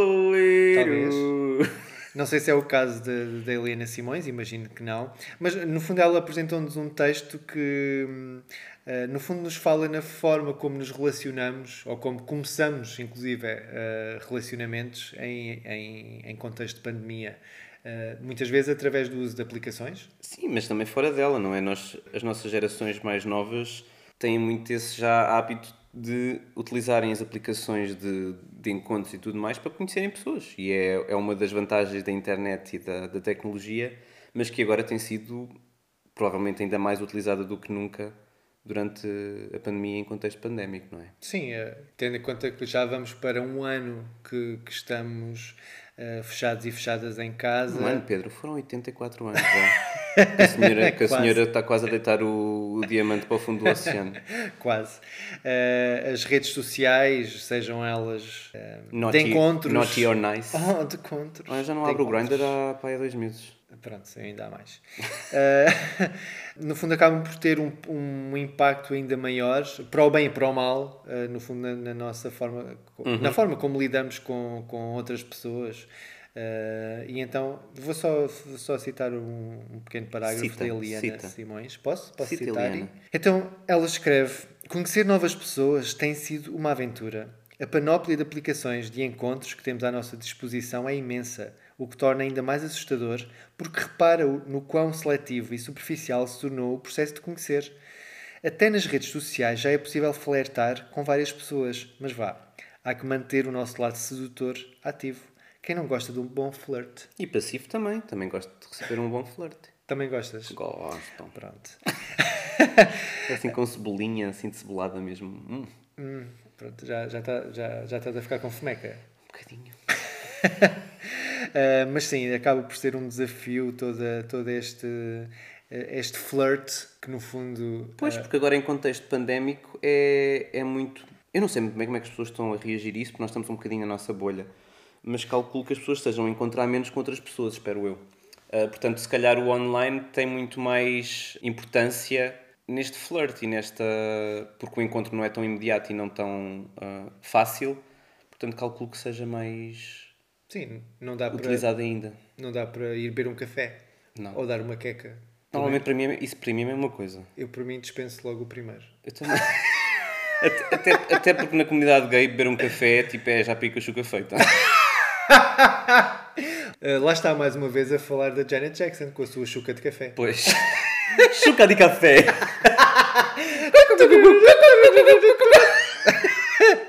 E: weirdo.
D: Não sei se é o caso da- da Helena Simões, imagino que não, mas no fundo ela apresentou-nos um texto que hum, Uh, no fundo, nos fala na forma como nos relacionamos ou como começamos, inclusive, uh, relacionamentos em, em, em contexto de pandemia. Uh, muitas vezes através do uso de aplicações.
E: Sim, mas também fora dela, não é? Nós, as nossas gerações mais novas têm muito esse já hábito de utilizarem as aplicações de, de encontros e tudo mais para conhecerem pessoas. E é, é uma das vantagens da internet e da, da tecnologia, mas que agora tem sido provavelmente ainda mais utilizada do que nunca durante a pandemia em contexto pandémico, não é?
D: Sim, eh, tendo em conta que já vamos para um ano que, que estamos eh, fechados e fechadas em casa.
E: Um ano, Pedro, foram 84 anos já. Que a senhora, que a
D: Quase.
E: senhora está quase a deitar o, o diamante para o fundo do oceano.
D: [LAUGHS] Quase. Eh, as redes sociais, sejam elas eh,
E: Naughty,
D: de encontros.
E: Naughty or nice.
D: [LAUGHS] Oh, de encontros.
E: Ah, já não
D: De
E: abro o
D: encontros.
E: grinder há, pá, há dois meses.
D: Pronto, ainda há mais. Eh, [LAUGHS] no fundo, acabam por ter um, um impacto ainda maior, para o bem e para o mal, eh, no fundo, na, na nossa forma, co-
E: Uhum.
D: na forma como lidamos com, com outras pessoas. Eh, e então, vou só, vou só citar um, um pequeno parágrafo
E: Cita,
D: da Eliana
E: cita.
D: Simões. Posso? Posso
E: Cita,
D: citar?
E: Eliana.
D: Então, ela escreve: Conhecer novas pessoas tem sido uma aventura. A panóplia de aplicações de encontros que temos à nossa disposição é imensa, o que torna ainda mais assustador, porque repara o- no quão seletivo e superficial se tornou o processo de conhecer. Até nas redes sociais já é possível flertar com várias pessoas, mas vá, há que manter o nosso lado sedutor ativo. Quem não gosta de um bom flirt?
E: E passivo também. Também gosto de receber um bom flerte.
D: Também gostas?
E: Gosto.
D: Pronto.
E: Assim com cebolinha, assim de cebolada mesmo. Hum,
D: Hum, pronto, já, já, tá- já, já estás a ficar com fomeca.
E: um bocadinho.
D: Uh, mas sim, acaba por ser um desafio toda, todo este, uh, este flirt que no fundo.
E: Pois,
D: uh,
E: porque agora em contexto pandémico é, é muito. Eu não sei muito bem como é que as pessoas estão a reagir a isso, porque nós estamos um bocadinho na nossa bolha. Mas calculo que as pessoas estejam a encontrar menos com outras pessoas, espero eu. Ah, portanto, se calhar o online tem muito mais importância neste flirt e nesta. porque o encontro não é tão imediato e não tão ah, fácil. Portanto, calculo que seja mais
D: sim, não dá, para,
E: utilizado ainda.
D: não dá para ir beber um café
E: Não.
D: ou dar uma queca.
E: Normalmente, para mim, é- isso para mim é a mesma coisa.
D: Eu, para mim, dispenso logo o primeiro.
E: Eu também. [LAUGHS] até, até, até porque na comunidade gay beber um café tipo, é já pica chuca feita.
D: Uh, lá está mais uma vez a falar da Janet Jackson com a sua chuca de café.
E: [LAUGHS] Pois. chuca de café.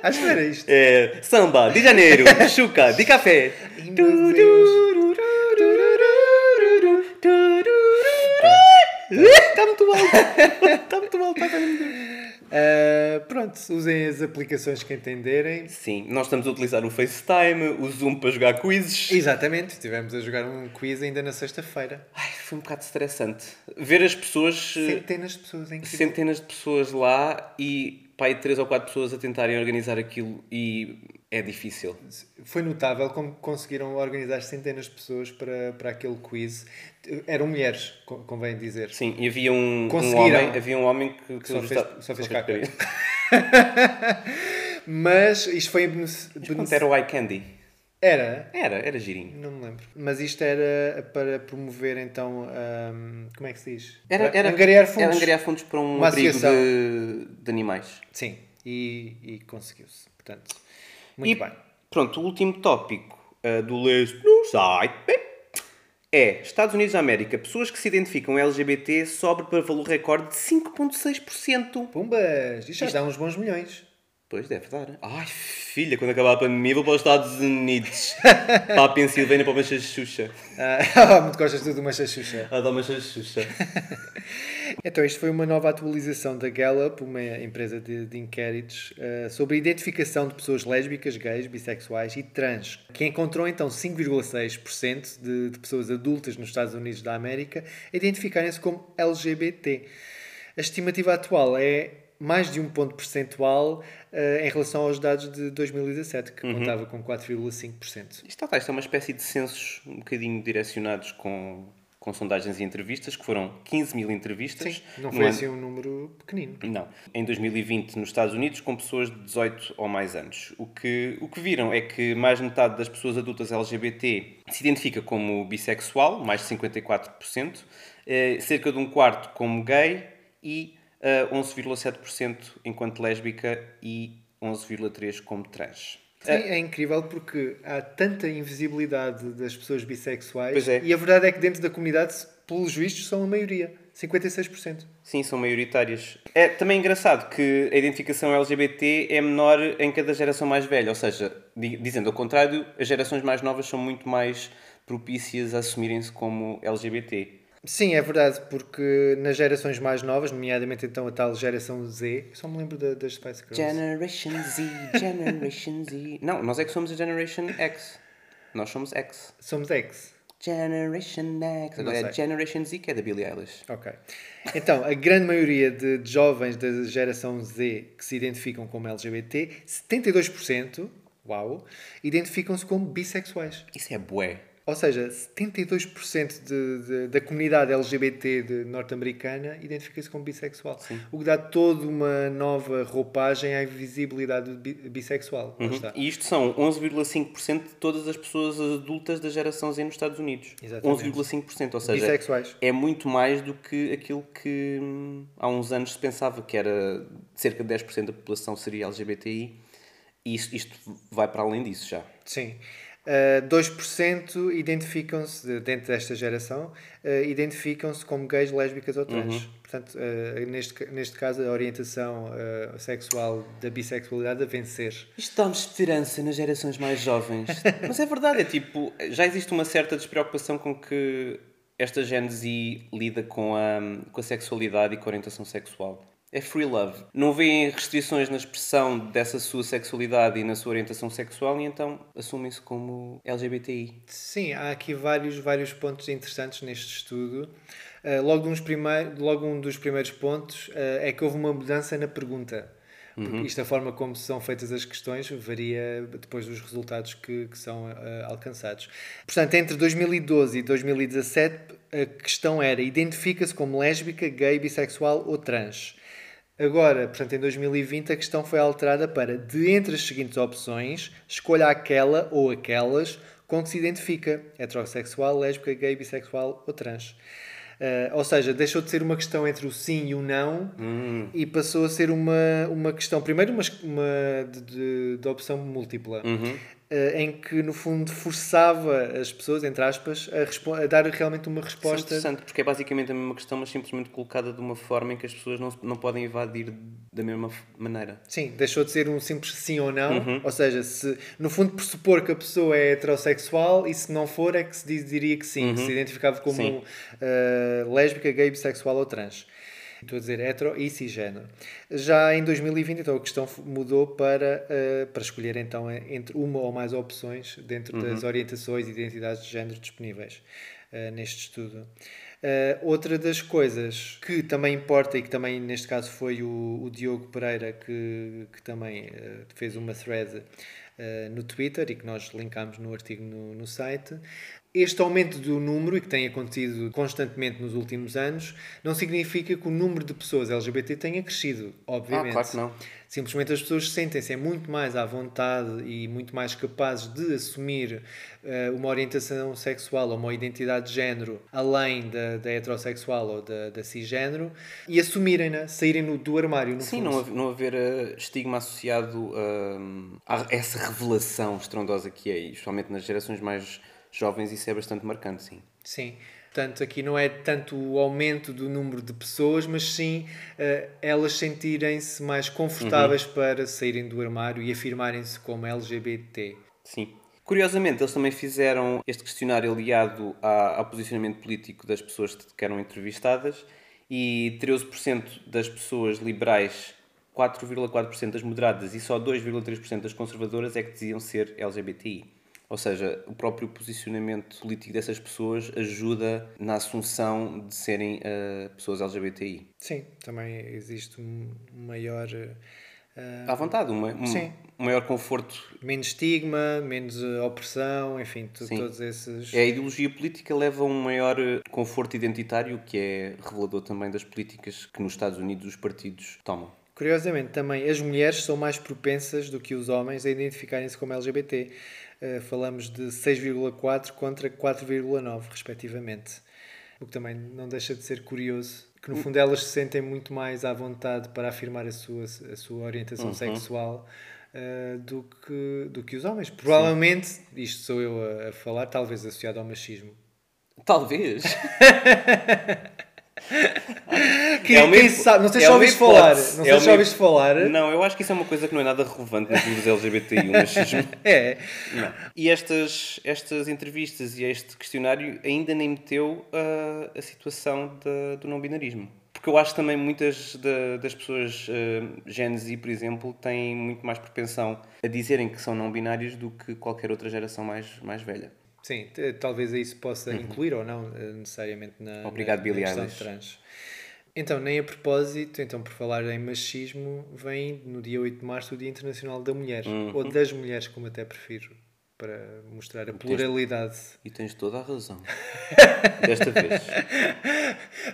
D: Acho que era isto.
E: É, samba de janeiro. Chuca de café.
D: Ai, meu Deus.
E: Está tá muito alto. Está muito alto. tá
D: Uh, pronto, usem as aplicações que entenderem.
E: Sim, nós estamos a utilizar o FaceTime, o Zoom para jogar quizzes.
D: Exatamente, estivemos a jogar um quiz ainda na sexta-feira.
E: Ai, foi um bocado estressante. Ver as pessoas. eh,
D: Centenas de pessoas em que
E: centenas de pessoas lá e pá, e três ou quatro pessoas a tentarem organizar aquilo e é difícil.
D: Foi notável como conseguiram organizar centenas de pessoas para, para aquele quiz. Eram mulheres, co- convém dizer.
E: Sim, e havia um, um
D: Conseguiram.
E: homem, havia um homem que, que
D: Só
E: nos
D: fez-
E: está-
D: só fez caca.
E: [LAUGHS] carinho.
D: [LAUGHS] Mas isto foi em Bene- Bene-
E: Pronto, era o eye candy.
D: Era?
E: Era, era girinho.
D: Não me lembro. Mas isto era para promover então. hum, como é que se diz?
E: Era, era,
D: angariar fundos.
E: Era angariar fundos para um
D: Uma
E: abrigo
D: associação.
E: de, de animais.
D: Sim, e, e conseguiu-se. Portanto, muito
E: e,
D: bem.
E: Pronto, o último tópico ah, do Leste no site é Estados Unidos da América. Pessoas que se identificam LGBT sobe para valor recorde de 5,6%.
D: Pumbas! Isto já dá uns bons milhões.
E: Pois deve dar. Ai, filha, quando acabar a pandemia vou para os Estados
D: [LAUGHS]
E: Unidos. para a Pensilvânia, para o Massachusetts.
D: Ah, [LAUGHS] muito gostas tu do Machachuxa.
E: Adoro Massachusetts.
D: Então, isto foi uma nova atualização da Gallup, uma empresa de, de inquéritos, eh, sobre a identificação de pessoas lésbicas, gays, bissexuais e trans, que encontrou então 5,6% de, de pessoas adultas nos Estados Unidos da América a identificarem-se como LGBT. A estimativa atual é mais de um ponto percentual eh, em relação aos dados de 2017, que contava com 4,5%.
E: Isto, está, isto é uma espécie de censos um bocadinho direcionados com, com sondagens e entrevistas, que foram 15 mil entrevistas.
D: Sim, não
E: no
D: foi
E: ano-
D: assim um número pequenino.
E: Não. Em 2020, nos Estados Unidos, com pessoas de 18 ou mais anos. O que, o que viram é que mais de metade das pessoas adultas LGBT se identifica como bissexual, mais de 54%, eh, cerca de um quarto como gay e eh, 11,7% enquanto lésbica e 11,3% como trans.
D: Sim, é incrível porque há tanta invisibilidade das pessoas bissexuais
E: Pois é.
D: e a verdade é que dentro da comunidade, pelos vistos, são a maioria, 56%.
E: Sim, são maioritárias. É também engraçado que a identificação LGBT é menor em cada geração mais velha, ou seja, di- dizendo ao contrário, as gerações mais novas são muito mais propícias a assumirem-se como LGBT.
D: Sim, é verdade, porque nas gerações mais novas, nomeadamente então a tal geração Z, eu só me lembro da- das Spice Girls.
E: Generation Z, Generation Z. Não, nós é que somos a Generation X. Nós somos X.
D: Somos X.
E: Generation X. Agora é
D: sei.
E: Generation Z, que é da Billie Eilish.
D: Ok. Então, a grande maioria de de jovens da geração Z que se identificam como LGBT, 72%, uau, identificam-se como bissexuais.
E: Isso é bué.
D: Ou seja, 72% de, de- da comunidade LGBT de- norte-americana identifica-se como bissexual. O que dá toda uma nova roupagem à invisibilidade do bi- bissexual. Lá está.
E: E isto são 11,5% de todas as pessoas adultas da geração Z nos Estados Unidos.
D: Exatamente.
E: 11,5%, ou seja,
D: Bissexuais.
E: é muito mais do que aquilo que hum, há uns anos se pensava, que era cerca de 10% da população seria LGBTI. E isto, isto vai para além disso já.
D: Sim. Uh, 2% identificam-se, de- dentro desta geração, uh, identificam-se como gays, lésbicas ou trans. Portanto, uh, neste, ca- neste caso, a orientação uh, sexual da bissexualidade a vencer.
E: Isto dá-me esperança nas gerações mais jovens. Mas é verdade, é tipo, já existe uma certa despreocupação com que esta Gen Z lida com a, com a sexualidade e com a orientação sexual. É free love. Não vêem restrições na expressão dessa sua sexualidade e na sua orientação sexual e então assumem-se como LGBTI.
D: Sim, há aqui vários, vários pontos interessantes neste estudo. Eh, logo, uns primeir, logo um dos primeiros pontos eh, é que houve uma mudança na pergunta. Porque isto, a forma como são feitas as questões, varia depois dos resultados que, que são eh, alcançados. Portanto, entre 2012 e 2017, a questão era: identifica-se como lésbica, gay, bissexual ou trans? Agora, portanto, em 2020 a questão foi alterada para de entre as seguintes opções, escolha aquela ou aquelas com que se identifica, heterossexual, lésbica, gay, bissexual ou trans. Eh, ou seja, deixou de ser uma questão entre o sim e o não e passou a ser uma, uma questão, primeiro, uma, es- uma de, de- de opção múltipla, eh, em que no fundo forçava as pessoas, entre aspas, a, respo- a dar realmente uma
E: Isso é
D: resposta
E: interessante, porque é basicamente a mesma questão, mas simplesmente colocada de uma forma em que as pessoas não, se- não podem evadir da mesma f- maneira.
D: Sim, deixou de ser um simples sim ou não. Ou seja, se no fundo pressupor que a pessoa é heterossexual e se não for é que se diz- diria que sim, que se identificava como
E: Sim.
D: eh, lésbica, gay, bissexual ou trans. Estou a dizer hetero e cisgénero. Já em 2020, então a questão f- mudou para, eh, para escolher então eh, entre uma ou mais opções dentro das orientações e identidades de género disponíveis eh, neste estudo. Eh, outra das coisas que também importa e que também neste caso foi o, o Diogo Pereira que, que também eh, fez uma thread eh, no Twitter e que nós linkámos no artigo no, no site. Este aumento do número, e que tem acontecido constantemente nos últimos anos, não significa que o número de pessoas LGBT tenha crescido, obviamente.
E: Ah, claro que não.
D: Simplesmente as pessoas sentem-se é muito mais à vontade e muito mais capazes de assumir eh, uma orientação sexual ou uma identidade de género além da, da heterossexual ou da, da cisgénero e assumirem-na, saírem no- do armário, no
E: Sim,
D: fundo.
E: não haver, não haver eh, estigma associado hum, a essa revelação estrondosa que é, e especialmente nas gerações mais jovens, isso é bastante marcante, sim.
D: Sim. Portanto, aqui não é tanto o aumento do número de pessoas, mas sim eh, elas sentirem-se mais confortáveis
E: Uhum.
D: para saírem do armário e afirmarem-se como LGBT.
E: Sim. Curiosamente, eles também fizeram este questionário aliado à- ao posicionamento político das pessoas que eram entrevistadas e 13% das pessoas liberais, 4,4% das moderadas e só 2,3% das conservadoras é que diziam ser LGBTI. Ou seja, o próprio posicionamento político dessas pessoas ajuda na assunção de serem eh, pessoas LGBTI.
D: Sim, também existe um maior. eh, eh,
E: À vontade, um, ma- um-
D: Sim.
E: um maior conforto.
D: menos estigma, menos eh, opressão, enfim, tu-
E: Sim.
D: todos esses.
E: É, A ideologia política leva a um maior eh, conforto identitário, que é revelador também das políticas que nos Estados Unidos os partidos tomam.
D: Curiosamente, também as mulheres são mais propensas do que os homens a identificarem-se como LGBT. Eh, falamos de 6,4 contra 4,9, respectivamente. O que também não deixa de ser curioso que
E: Hum.
D: no fundo elas se sentem muito mais à vontade para afirmar a sua, a sua orientação
E: Uhum.
D: sexual eh, do, que, do que os homens. Provavelmente, isto sou eu a, a falar, talvez associado ao machismo.
E: Talvez.
D: Que,
E: É uma
D: quem
E: hipo-
D: sabe- não sei
E: é
D: se já
E: uma
D: ouviste
E: hipótese,
D: falar. Não
E: é
D: sei se
E: uma
D: já ouviste
E: hip-
D: falar.
E: Não, eu acho que isso é uma coisa que não é nada relevante nos livros LGBTI, o um machismo.
D: É.
E: Não. E estas, estas entrevistas e este questionário ainda nem meteu ah, a situação da- do não-binarismo. Porque eu acho que também muitas da- das pessoas ah, Gen Z, por exemplo, têm muito mais propensão a dizerem que são não-binários do que qualquer outra geração mais, mais velha.
D: Sim, t- talvez aí se possa incluir ou não, eh, necessariamente na,
E: Uhum. Obrigado,
D: na, na
E: Billie
D: questão de
E: Eilish.
D: trans. Então, nem a propósito, então por falar em machismo, vem no dia 8 de março o Dia Internacional da Mulher,
E: Uhum.
D: ou das mulheres, como até prefiro, para mostrar a pluralidade.
E: E tens toda a
D: [LAUGHS]
E: razão. Desta vez.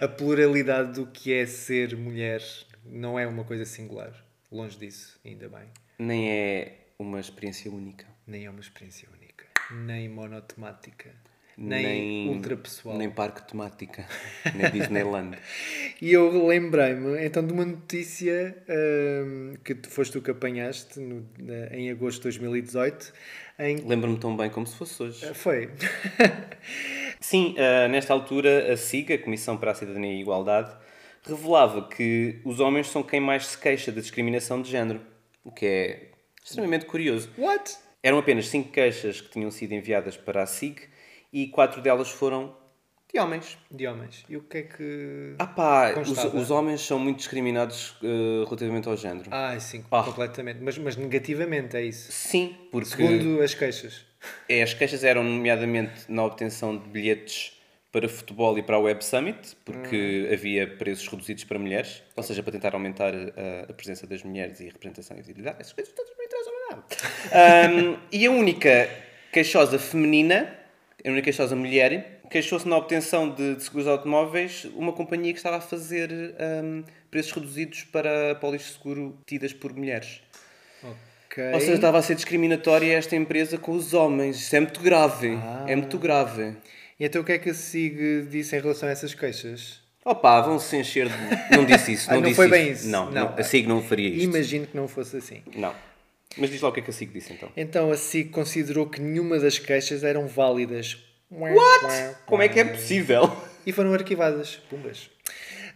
D: A pluralidade do que é ser mulher não é uma coisa singular. Longe disso, ainda bem.
E: Nem é uma experiência única.
D: Nem é uma experiência única, nem monotemática, nem, ultrapessoal.
E: Nem parque temática. nem Disneyland.
D: [LAUGHS] E eu lembrei-me então de uma notícia hum, que tu- foste tu que apanhaste no- na- em agosto de 2018, em que
E: Lembro-me tão bem como se fosse hoje. [LAUGHS]
D: foi.
E: Sim, ah, nesta altura a SIGA, a Comissão para a Cidadania e a Igualdade, revelava que os homens são quem mais se queixa da discriminação de género, o que é extremamente curioso.
D: What?
E: Eram apenas cinco queixas que tinham sido enviadas para a SIG e quatro delas foram de homens.
D: De homens. E o que é que.
E: Ah pá, os,
D: Constava.
E: os homens são muito discriminados ah, relativamente ao género.
D: Ah, sim,
E: Ah.
D: completamente. Mas, mas negativamente, é isso.
E: Sim, porque...
D: Segundo as queixas.
E: É, as queixas eram nomeadamente na obtenção de bilhetes para futebol e para a Web Summit, porque havia preços reduzidos para mulheres, ou seja, para tentar aumentar eh, a, a presença das mulheres e a representação e a visibilidade. Essas coisas todas não interessam nada. Ahm, e a única queixosa feminina, a única queixosa mulher, queixou-se na obtenção de, de seguros de automóveis uma companhia que estava a fazer ahm, preços reduzidos para pólizes de seguro tidas por mulheres.
D: Ok.
E: Ou seja, tá- estava a ser discriminatória esta empresa com os homens. Isso é muito grave. É muito grave.
D: E então o que é que a SIG disse em relação a essas queixas?
E: Opa, vão-se encher de. Não disse isso. [LAUGHS]
D: Ah,
E: Não,
D: não
E: disse
D: foi bem isso.
E: Não,
D: Não.
E: não, a SIG não faria isto.
D: Imagino que não fosse assim.
E: Não. Mas diz lá o que é que a SIG disse então.
D: Então a SIG considerou que nenhuma das queixas eram válidas.
E: What? Como é que é possível?
D: e foram arquivadas. Pumbas.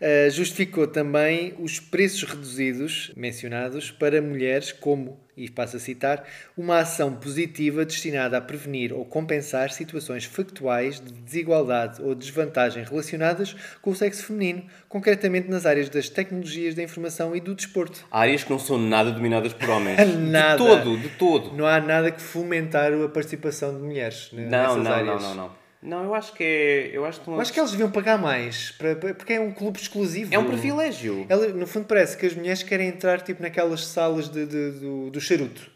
D: Uh, justificou também os preços reduzidos mencionados para mulheres como, e passo a citar, uma ação positiva destinada a prevenir ou compensar situações factuais de desigualdade ou desvantagem relacionadas com o sexo feminino, concretamente nas áreas das tecnologias da informação e do desporto.
E: Há áreas que não são nada dominadas por [LAUGHS] homens.
D: Nada.
E: De todo, de todo.
D: Não há nada que fomentar a participação de mulheres né,
E: Não,
D: nessas
E: não, não,
D: áreas.
E: não, não. Não, eu acho que é. Eu acho que, não-
D: Eu Acho que eles deviam pagar mais, para- para- porque é um clube exclusivo.
E: é um privilégio.
D: Ela, no fundo parece que as mulheres querem entrar tipo naquelas salas de, de- do, do charuto.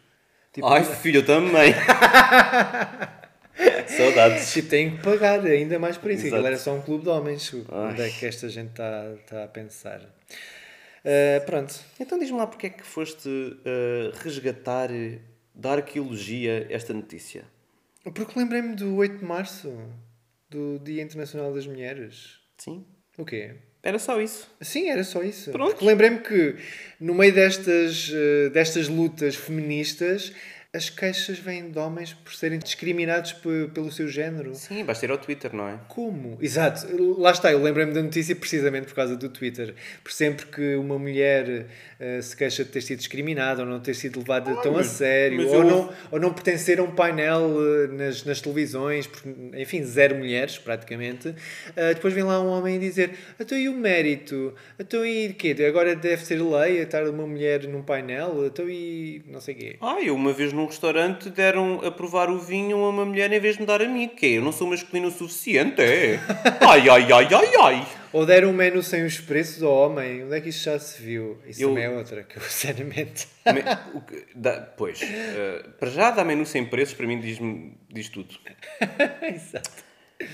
D: Tipo,
E: Ai, [LAUGHS] filho, eu também. Saudades.
D: tipo, têm que pagar ainda mais por isso.
E: Exato.
D: Aquilo era só um clube de homens. Onde é que esta gente está tá a pensar? Ah, pronto.
E: Então diz-me lá porque é que foste uh, resgatar uh, da arqueologia esta notícia.
D: Porque lembrei-me do 8 de Março, do Dia Internacional das Mulheres.
E: Sim.
D: O quê?
E: Era só isso.
D: Sim, era só isso.
E: Pronto.
D: Porque lembrei-me que no meio destas, eh, destas lutas feministas, as queixas vêm de homens por serem discriminados pe- pelo seu género.
E: Sim, basta ir ao Twitter, não é?
D: Como? Exato, lá está, eu lembrei-me da notícia precisamente por causa do Twitter. Por sempre que uma mulher eh, se queixa de ter sido discriminada ou não ter sido levada tão a sério,
E: mas
D: ou,
E: eu-
D: não, ou não pertencer a um painel eh, nas, nas televisões, porque, enfim, zero mulheres praticamente, eh, depois vem lá um homem dizer: Então e o mérito? Então e quê? Agora deve ser lei estar uma mulher num painel? Então e não sei quê.
E: Ah, eu uma vez num restaurante deram a provar o vinho a uma mulher em vez de me dar a mim. Que é, eu não sou masculino o suficiente, é? Ai, ai, ai, ai, ai.
D: Ou deram um menu sem os preços ao homem? Onde é que isto já se viu? Isso
E: Eu-
D: também é outra que eu, [LAUGHS] sinceramente.
E: Me- o que- dá- pois, uh, para já dá menu sem preços, para mim diz, diz tudo.
D: Exato.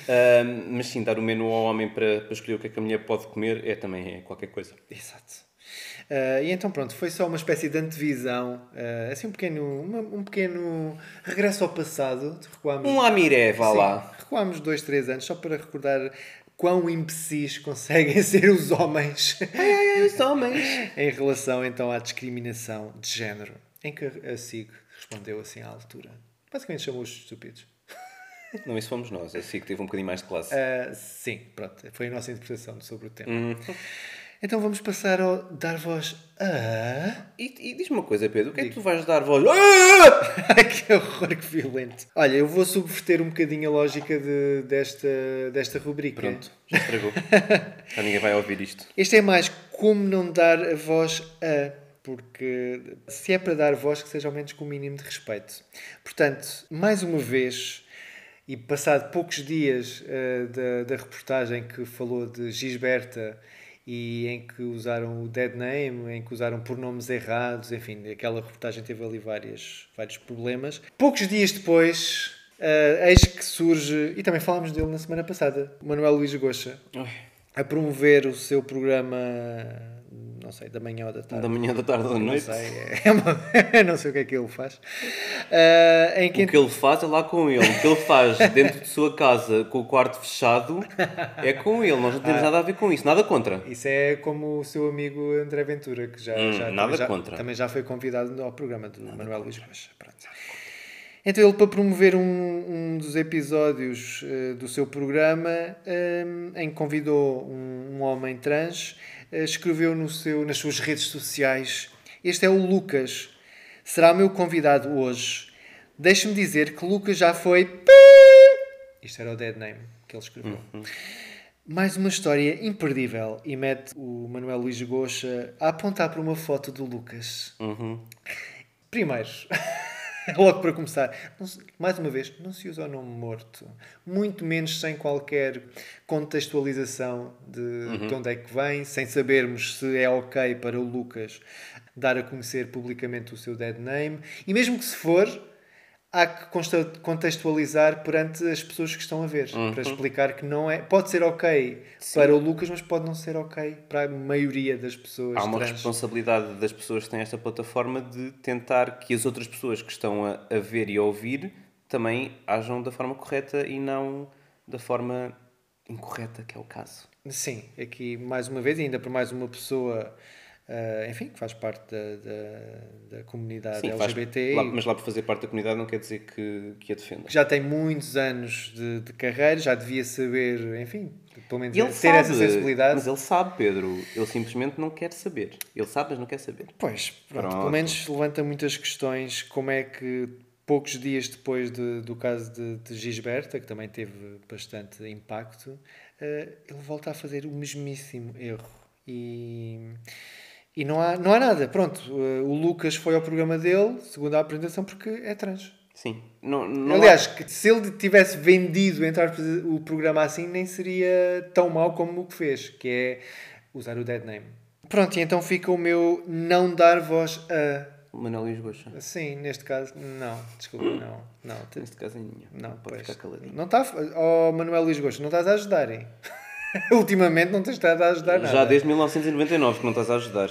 E: Ah, mas sim, dar o menu ao homem para, para escolher o que é que a mulher pode comer é também é qualquer coisa.
D: Exato. Ah, e então pronto, foi só uma espécie de antevisão, ah, assim um pequeno, uma- um pequeno regresso ao passado, recuámos,
E: Um amiré, vá lá.
D: recuámos dois, três anos, só para recordar quão imbecis [LAUGHS] conseguem ser os homens [LAUGHS]
E: É
F: Ai, os homens.
D: em relação então à discriminação de género. Em que a SIG respondeu assim à altura. Basicamente chamou-os de estúpidos.
E: Não, isso fomos nós. Assim que teve um bocadinho mais de classe.
D: Ah, sim, pronto. Foi a nossa interpretação sobre o tema.
E: Uhum.
D: Então vamos passar ao dar voz a.
E: E, e diz-me uma coisa, Pedro. O que é que tu vais dar voz? Ah!
D: [LAUGHS] que horror, que violento. Olha, eu vou subverter um bocadinho a lógica de- desta, desta rubrica.
E: Pronto, [LAUGHS] já estragou. Já ninguém vai ouvir isto.
D: Este é mais como não dar a voz a. Porque se é para dar voz, que seja ao menos com o mínimo de respeito. Portanto, mais uma vez, e passado poucos dias eh, da, da reportagem que falou de Gisberta e em que usaram o dead name, em que usaram pronomes errados, enfim, aquela reportagem teve ali várias, vários problemas. Poucos dias depois, eh, eis que surge, e também falámos dele na semana passada, Manuel Luís Goxa a promover o seu programa, não sei, da manhã ou da tarde.
E: Da manhã, da tarde, da
D: não
E: noite.
D: sei, é [LAUGHS] uma- não sei o que é que ele faz. Ah, em que
E: O que ele faz é lá com ele. O que ele faz dentro de sua casa, com o quarto fechado, é com ele. Nós não temos nada a ver com isso. Nada contra.
D: Isso é como o seu amigo André Ventura, que já, já-
E: Hum, nada
D: também já-
E: contra.
D: também já foi convidado ao programa do Manuel Luís Rocha. Pronto. Então ele, para promover um, um dos episódios eh, do seu programa, eh, em que convidou um, um homem trans, eh, escreveu no seu, nas suas redes sociais, este é o Lucas, será meu convidado hoje. Deixe-me dizer que Lucas já foi... Isto era o dead name que ele escreveu. Mais uma história imperdível e mete o Manuel Luís Goxa a apontar para uma foto do Lucas. Primeiro, [LAUGHS] logo para começar, não se- mais uma vez, não se usa o nome morto, muito menos sem qualquer contextualização de,
E: Uhum.
D: de onde é que vem, sem sabermos se é ok para o Lucas dar a conhecer publicamente o seu dead name, e mesmo que se for, há que consta- contextualizar perante as pessoas que estão a ver,
E: Uhum.
D: para explicar que não é, pode ser ok para o Lucas, mas pode não ser ok para a maioria das pessoas
E: Há uma
D: trans.
E: responsabilidade das pessoas que têm esta plataforma de tentar que as outras pessoas que estão a, a ver e a ouvir também ajam da forma correta e não da forma incorreta, que é o caso.
D: Sim, aqui mais uma vez, e ainda por mais uma pessoa, ah, enfim, que faz parte da, da, da comunidade
E: Sim, faz-
D: LGBT,
E: lá-
D: e
E: mas lá por fazer parte da comunidade não quer dizer que, que a defenda.
D: que já tem muitos anos de, de carreira, já devia saber, enfim, pelo menos
E: E ele
D: ter
E: sabe,
D: essa sensibilidade.
E: Mas ele sabe, Pedro. Ele simplesmente não quer saber. Ele sabe, mas não quer saber.
D: Pois, pronto,
E: Pronto.
D: pelo menos levanta muitas questões, como é que poucos dias depois de- do caso de, de Gisberta, que também teve bastante impacto, eh, ele volta a fazer o mesmíssimo erro. E, e não, há, não há nada. Pronto, eh, o Lucas foi ao programa dele, segundo a apresentação, porque é trans.
E: Sim. Não, não
D: Aliás, que se ele tivesse vendido entre aspas, o programa assim, nem seria tão mau como o que fez, que é usar o dead name. Pronto, e então fica o meu não dar voz a.
E: há- Manuel Luís Goxa.
D: Sim, neste caso, não, desculpa, não. Não, te-
E: Neste caso é nenhum.
D: não,
E: pode
D: pois.
E: ficar caladinho.
D: Não está. Oh, Manuel Luís Gosto, não estás a ajudar, hein? [LAUGHS] Ultimamente não tens estado a ajudar nada.
E: Já desde 1999 que não estás a
D: [LAUGHS]
E: ajudar.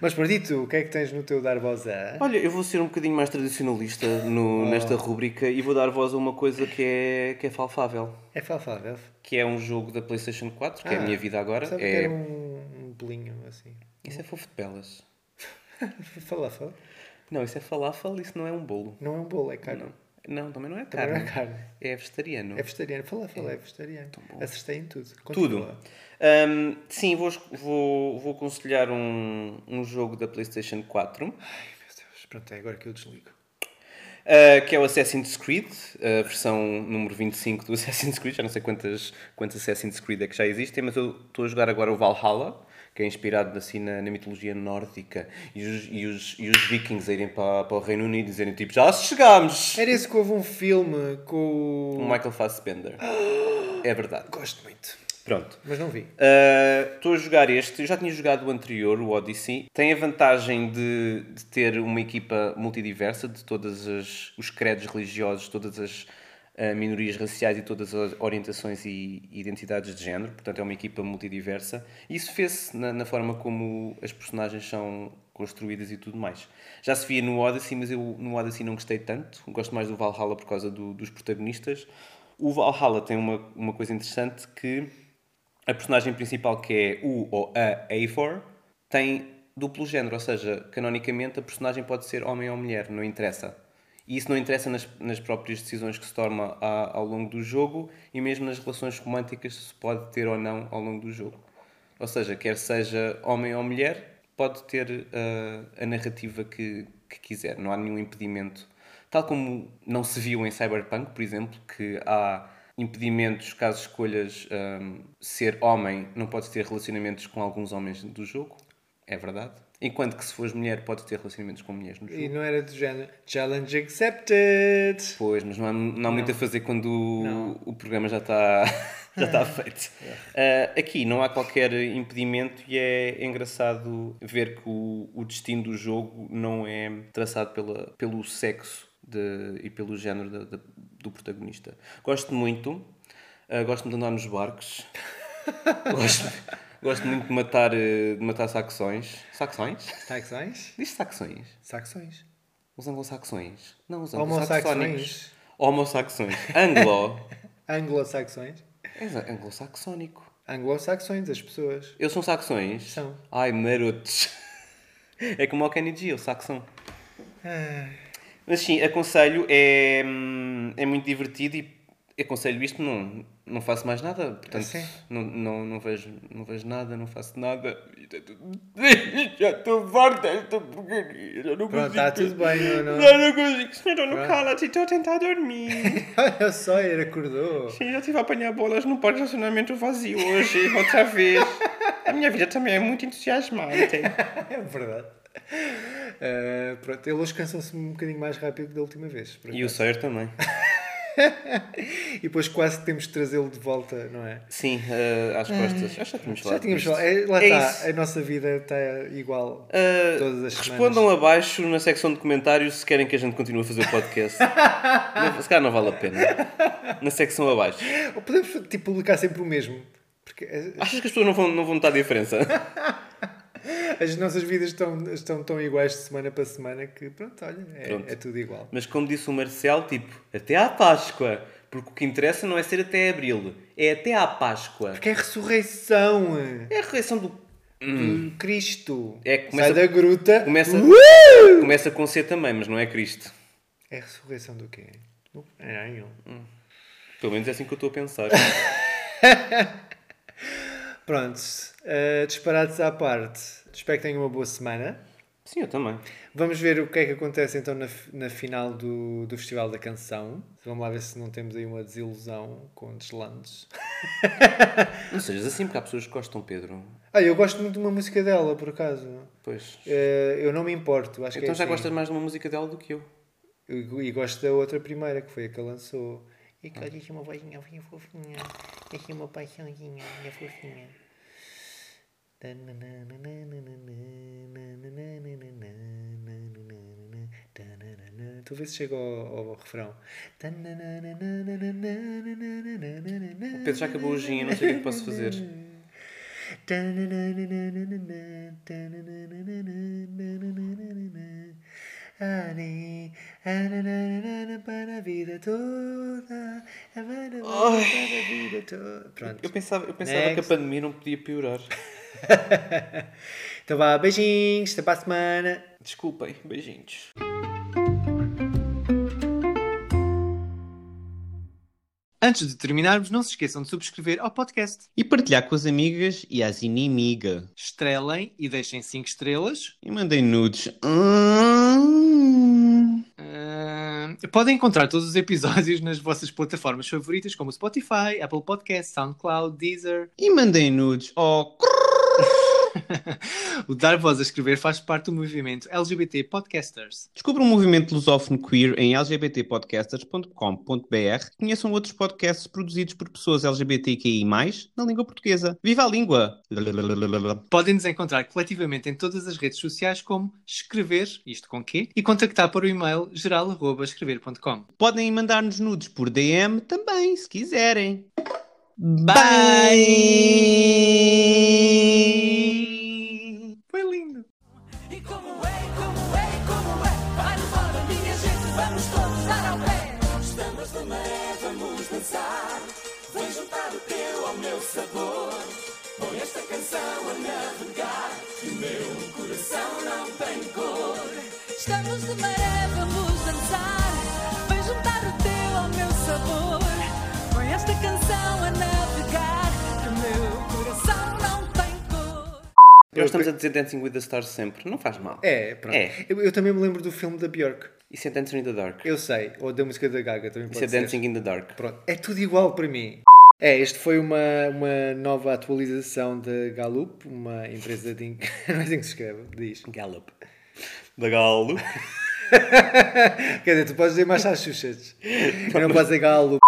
D: Mas pronto, e tu, o que é que tens no teu dar voz a?
E: Olha, eu vou ser um bocadinho mais tradicionalista no-
D: Ah.
E: nesta rúbrica e vou dar voz a uma coisa que é, que é falfável.
D: É falfável.
E: Que é um jogo da PlayStation 4, que é a
D: Ah,
E: minha vida agora.
D: Sabe que
E: É...
D: era um, um bolinho assim.
E: Isso é fofo de pelas.
D: Fala, fala.
E: Não, isso é falafel, isso não é um bolo.
D: Não é um bolo, é carne.
E: Não, não também não é
D: Também
E: carne.
D: não é carne.
E: É vegetariano.
D: É vegetariano. Fala, fala, é, vegetariano. Acertei em tudo.
E: Tudo.
D: Continua.
E: Ahm, sim, vou, es- vou, vou aconselhar um, um jogo da PlayStation 4,
D: Ai, meu Deus. Pronto, é agora que eu desligo.
E: ah, que é o Assassin's Creed, a versão número 25 do [LAUGHS] Assassin's Creed. Já não sei quantas, quantos Assassin's Creed é que já existem, mas eu estou a jogar agora o Valhalla, que é inspirado assim na, na mitologia nórdica. E os, e os, e os vikings a irem para, para o Reino Unido e dizerem tipo: Já chegámos!
D: Era isso que houve um filme com
E: O
D: o...
E: Michael Fassbender. [GASPS] É verdade.
D: Gosto muito.
E: Pronto.
D: Mas não vi.
E: Uh, Estou a jogar este, eu já tinha jogado o anterior, o Odyssey. Tem a vantagem de, de ter uma equipa multidiversa de todos os credos religiosos, todas as uh, minorias raciais e todas as orientações e identidades de género. Portanto, é uma equipa multidiversa. Isso fez-se na, na forma como as personagens são construídas e tudo mais. Já se via no Odyssey, mas eu no Odyssey não gostei tanto. Gosto mais do Valhalla por causa do- dos protagonistas. O Valhalla tem uma, uma coisa interessante que a personagem principal, que é o ou a Eivor, tem duplo género, ou seja, canonicamente a personagem pode ser homem ou mulher, não interessa. E isso não interessa nas, nas próprias decisões que se toma a- ao longo do jogo e mesmo nas relações românticas se pode ter ou não ao longo do jogo. Ou seja, quer seja homem ou mulher, pode ter ah, a narrativa que, que quiser, não há nenhum impedimento. Tal como não se viu em Cyberpunk, por exemplo, que há impedimentos caso escolhas ahm, ser homem, não podes ter relacionamentos com alguns homens do jogo, é verdade. Enquanto que se fores mulher, podes ter relacionamentos com mulheres no jogo.
D: E não era do género Challenge accepted!
E: Pois, mas não há, não há muito a fazer quando o- o programa já está, [LAUGHS] já está feito. Ah, aqui não há qualquer impedimento e é engraçado ver que o, o destino do jogo não é traçado pela, pelo sexo de- e pelo género da- da- do protagonista. Gosto muito, ah, gosto de andar nos barcos, gosto, gosto muito de matar, eh, de matar saxões. Saxões?
D: Saxões?
E: Diz saxões?
D: Saxões.
E: Os anglo-saxões. Não, os anglo-saxónicos.
D: Homossexões.
E: Homo-saxões.
D: [LAUGHS]
E: Anglo.
D: Anglo-saxões.
E: És anglo-saxónico.
D: Anglo-saxões, as pessoas.
E: Eles são saxões?
D: São.
E: Ai, marotos. É como o Kennedy, o saxão. Mas sim, aconselho, é, hum, é muito divertido e aconselho isto, não, não faço mais nada. Portanto,
D: Sim.
E: não, não, não, vejo, não vejo nada, não faço nada. [LAUGHS] Já estou farta desta porcaria. Já não
D: Pronto,
E: consigo.
D: está tudo bem, não, não.
E: Já não consigo. Senhor, não cala-te, estou a tentar dormir.
D: [LAUGHS] Olha só, ele acordou. [LAUGHS]
E: Sim, já estive a apanhar bolas no parque de estacionamento vazio hoje, outra vez. A minha vida também é muito entusiasmante.
D: É verdade. Ah, pronto, eles cansam-se um bocadinho mais rápido que da última vez. por
E: E o
D: acaso.
E: Sawyer também.
D: E depois quase que temos de trazê-lo de volta, não é?
E: Sim, eh, às costas. Acho que já tínhamos falado.
D: Ah, Já tínhamos
E: disto.
D: falado. É, lá
E: É
D: está,
E: isso.
D: a nossa vida está igual
E: Eh,
D: todas as
E: respondam abaixo na secção de comentários se querem que a gente continue a fazer o [LAUGHS] podcast. Não- se calhar não vale a pena. Na secção abaixo.
D: semanas. Ou podemos tipo, publicar sempre o mesmo. Porque [LAUGHS] a-
E: Achas que as pessoas não vão, não vão notar a [LAUGHS] diferença?
D: as nossas vidas estão, estão tão iguais de semana para semana que, pronto, olha, é,
E: Pronto.
D: é tudo igual.
E: Mas como disse o Marcel, tipo, até à Páscoa. Porque o que interessa não é ser até Abril, é até à Páscoa.
D: Porque é a ressurreição
E: É a reação do
D: do Cristo.
E: Hum. É, começa-
D: Sai da gruta.
E: Começa,
D: Uh!
E: começa com C também, mas não é Cristo.
D: É a ressurreição do quê? Do é, anjo.
E: Pelo menos é assim que eu estou a pensar.
D: Pronto, eh, disparados à parte. Espero que tenham uma boa semana.
E: Sim, eu também.
D: Vamos ver o que é que acontece então na, f- na final do, do Festival da Canção. Vamos lá ver se não temos aí uma desilusão com deslandes.
E: Não sejas assim, porque há pessoas que gostam, Pedro.
D: Ah, eu gosto muito de uma música dela, por acaso.
E: Pois.
D: Eh, eu não me importo, acho que
E: Então
D: é
E: já
D: assim.
E: gostas mais de uma música dela do que eu.
D: E, e gosto da outra primeira, que foi a que lançou. E que deixa uma vozinha bem fofinha, deixa uma paixãozinha bem fofinha. Tu vê se chega ao, ao refrão.
E: O Pedro já acabou o gin, eu não sei o que é que posso fazer.
D: Ali, ananana, para a vida toda, para a vida, para a vida toda.
E: Eu
D: Pronto.
E: pensava, eu pensava que a
D: Next.
E: pandemia não podia piorar.
D: Então vá, beijinhos, até para a semana.
E: Desculpem, beijinhos.
G: Antes de terminarmos, não se esqueçam de subscrever ao podcast.
B: E partilhar com as amigas e as inimigas.
G: Estrelem e deixem 5 estrelas.
B: E mandei nudes. Hum.
G: Ahn, Ah, podem encontrar todos os episódios nas vossas plataformas favoritas, como Spotify, Apple Podcasts, SoundCloud, Deezer.
B: E mandei nudes. Oh,
G: O Dar Voz a Escrever faz parte do movimento LGBT Podcasters.
B: Descubra o movimento lusófono queer em lgbtpodcasters.com.br e conheçam outros podcasts produzidos por pessoas LGBTQI+, na língua portuguesa. Viva a língua! Lalalala.
G: Podem nos encontrar coletivamente em todas as redes sociais, como Escrever, isto com Q, e contactar para o e-mail geral.escrever.com.
B: Podem mandar-nos nudes por DM também, se quiserem. Bye.
H: E como é, como é, como é, vai embora minha gente, vamos todos dar ao pé. Estamos de maré, vamos dançar. dançar. Vem juntar o teu ao meu sabor. Põe esta canção a navegar. Que o meu coração não tem cor. Estamos de maré, vamos dançar. Vem juntar o teu ao meu sabor. Põe esta canção a navegar. Que o meu coração não tem cor.
E: Nós estamos a dizer Dancing with the Stars sempre. Não faz mal.
D: É, pronto.
E: É.
D: Eu, eu também me lembro do filme da Björk.
E: Isso é Dancing in the Dark.
D: Eu sei. Ou da música da Gaga também
E: Isso é
D: pode ser.
E: Dancing in the Dark.
D: Pronto. É tudo igual para mim. É, este foi uma, uma nova atualização da Gallup, uma empresa de... en- [LAUGHS] Não é assim que se escreve, diz.
E: Gallup. Da Galo.
D: Quer dizer, tu podes dizer Massachusetts. Eu não posso dizer Gallup.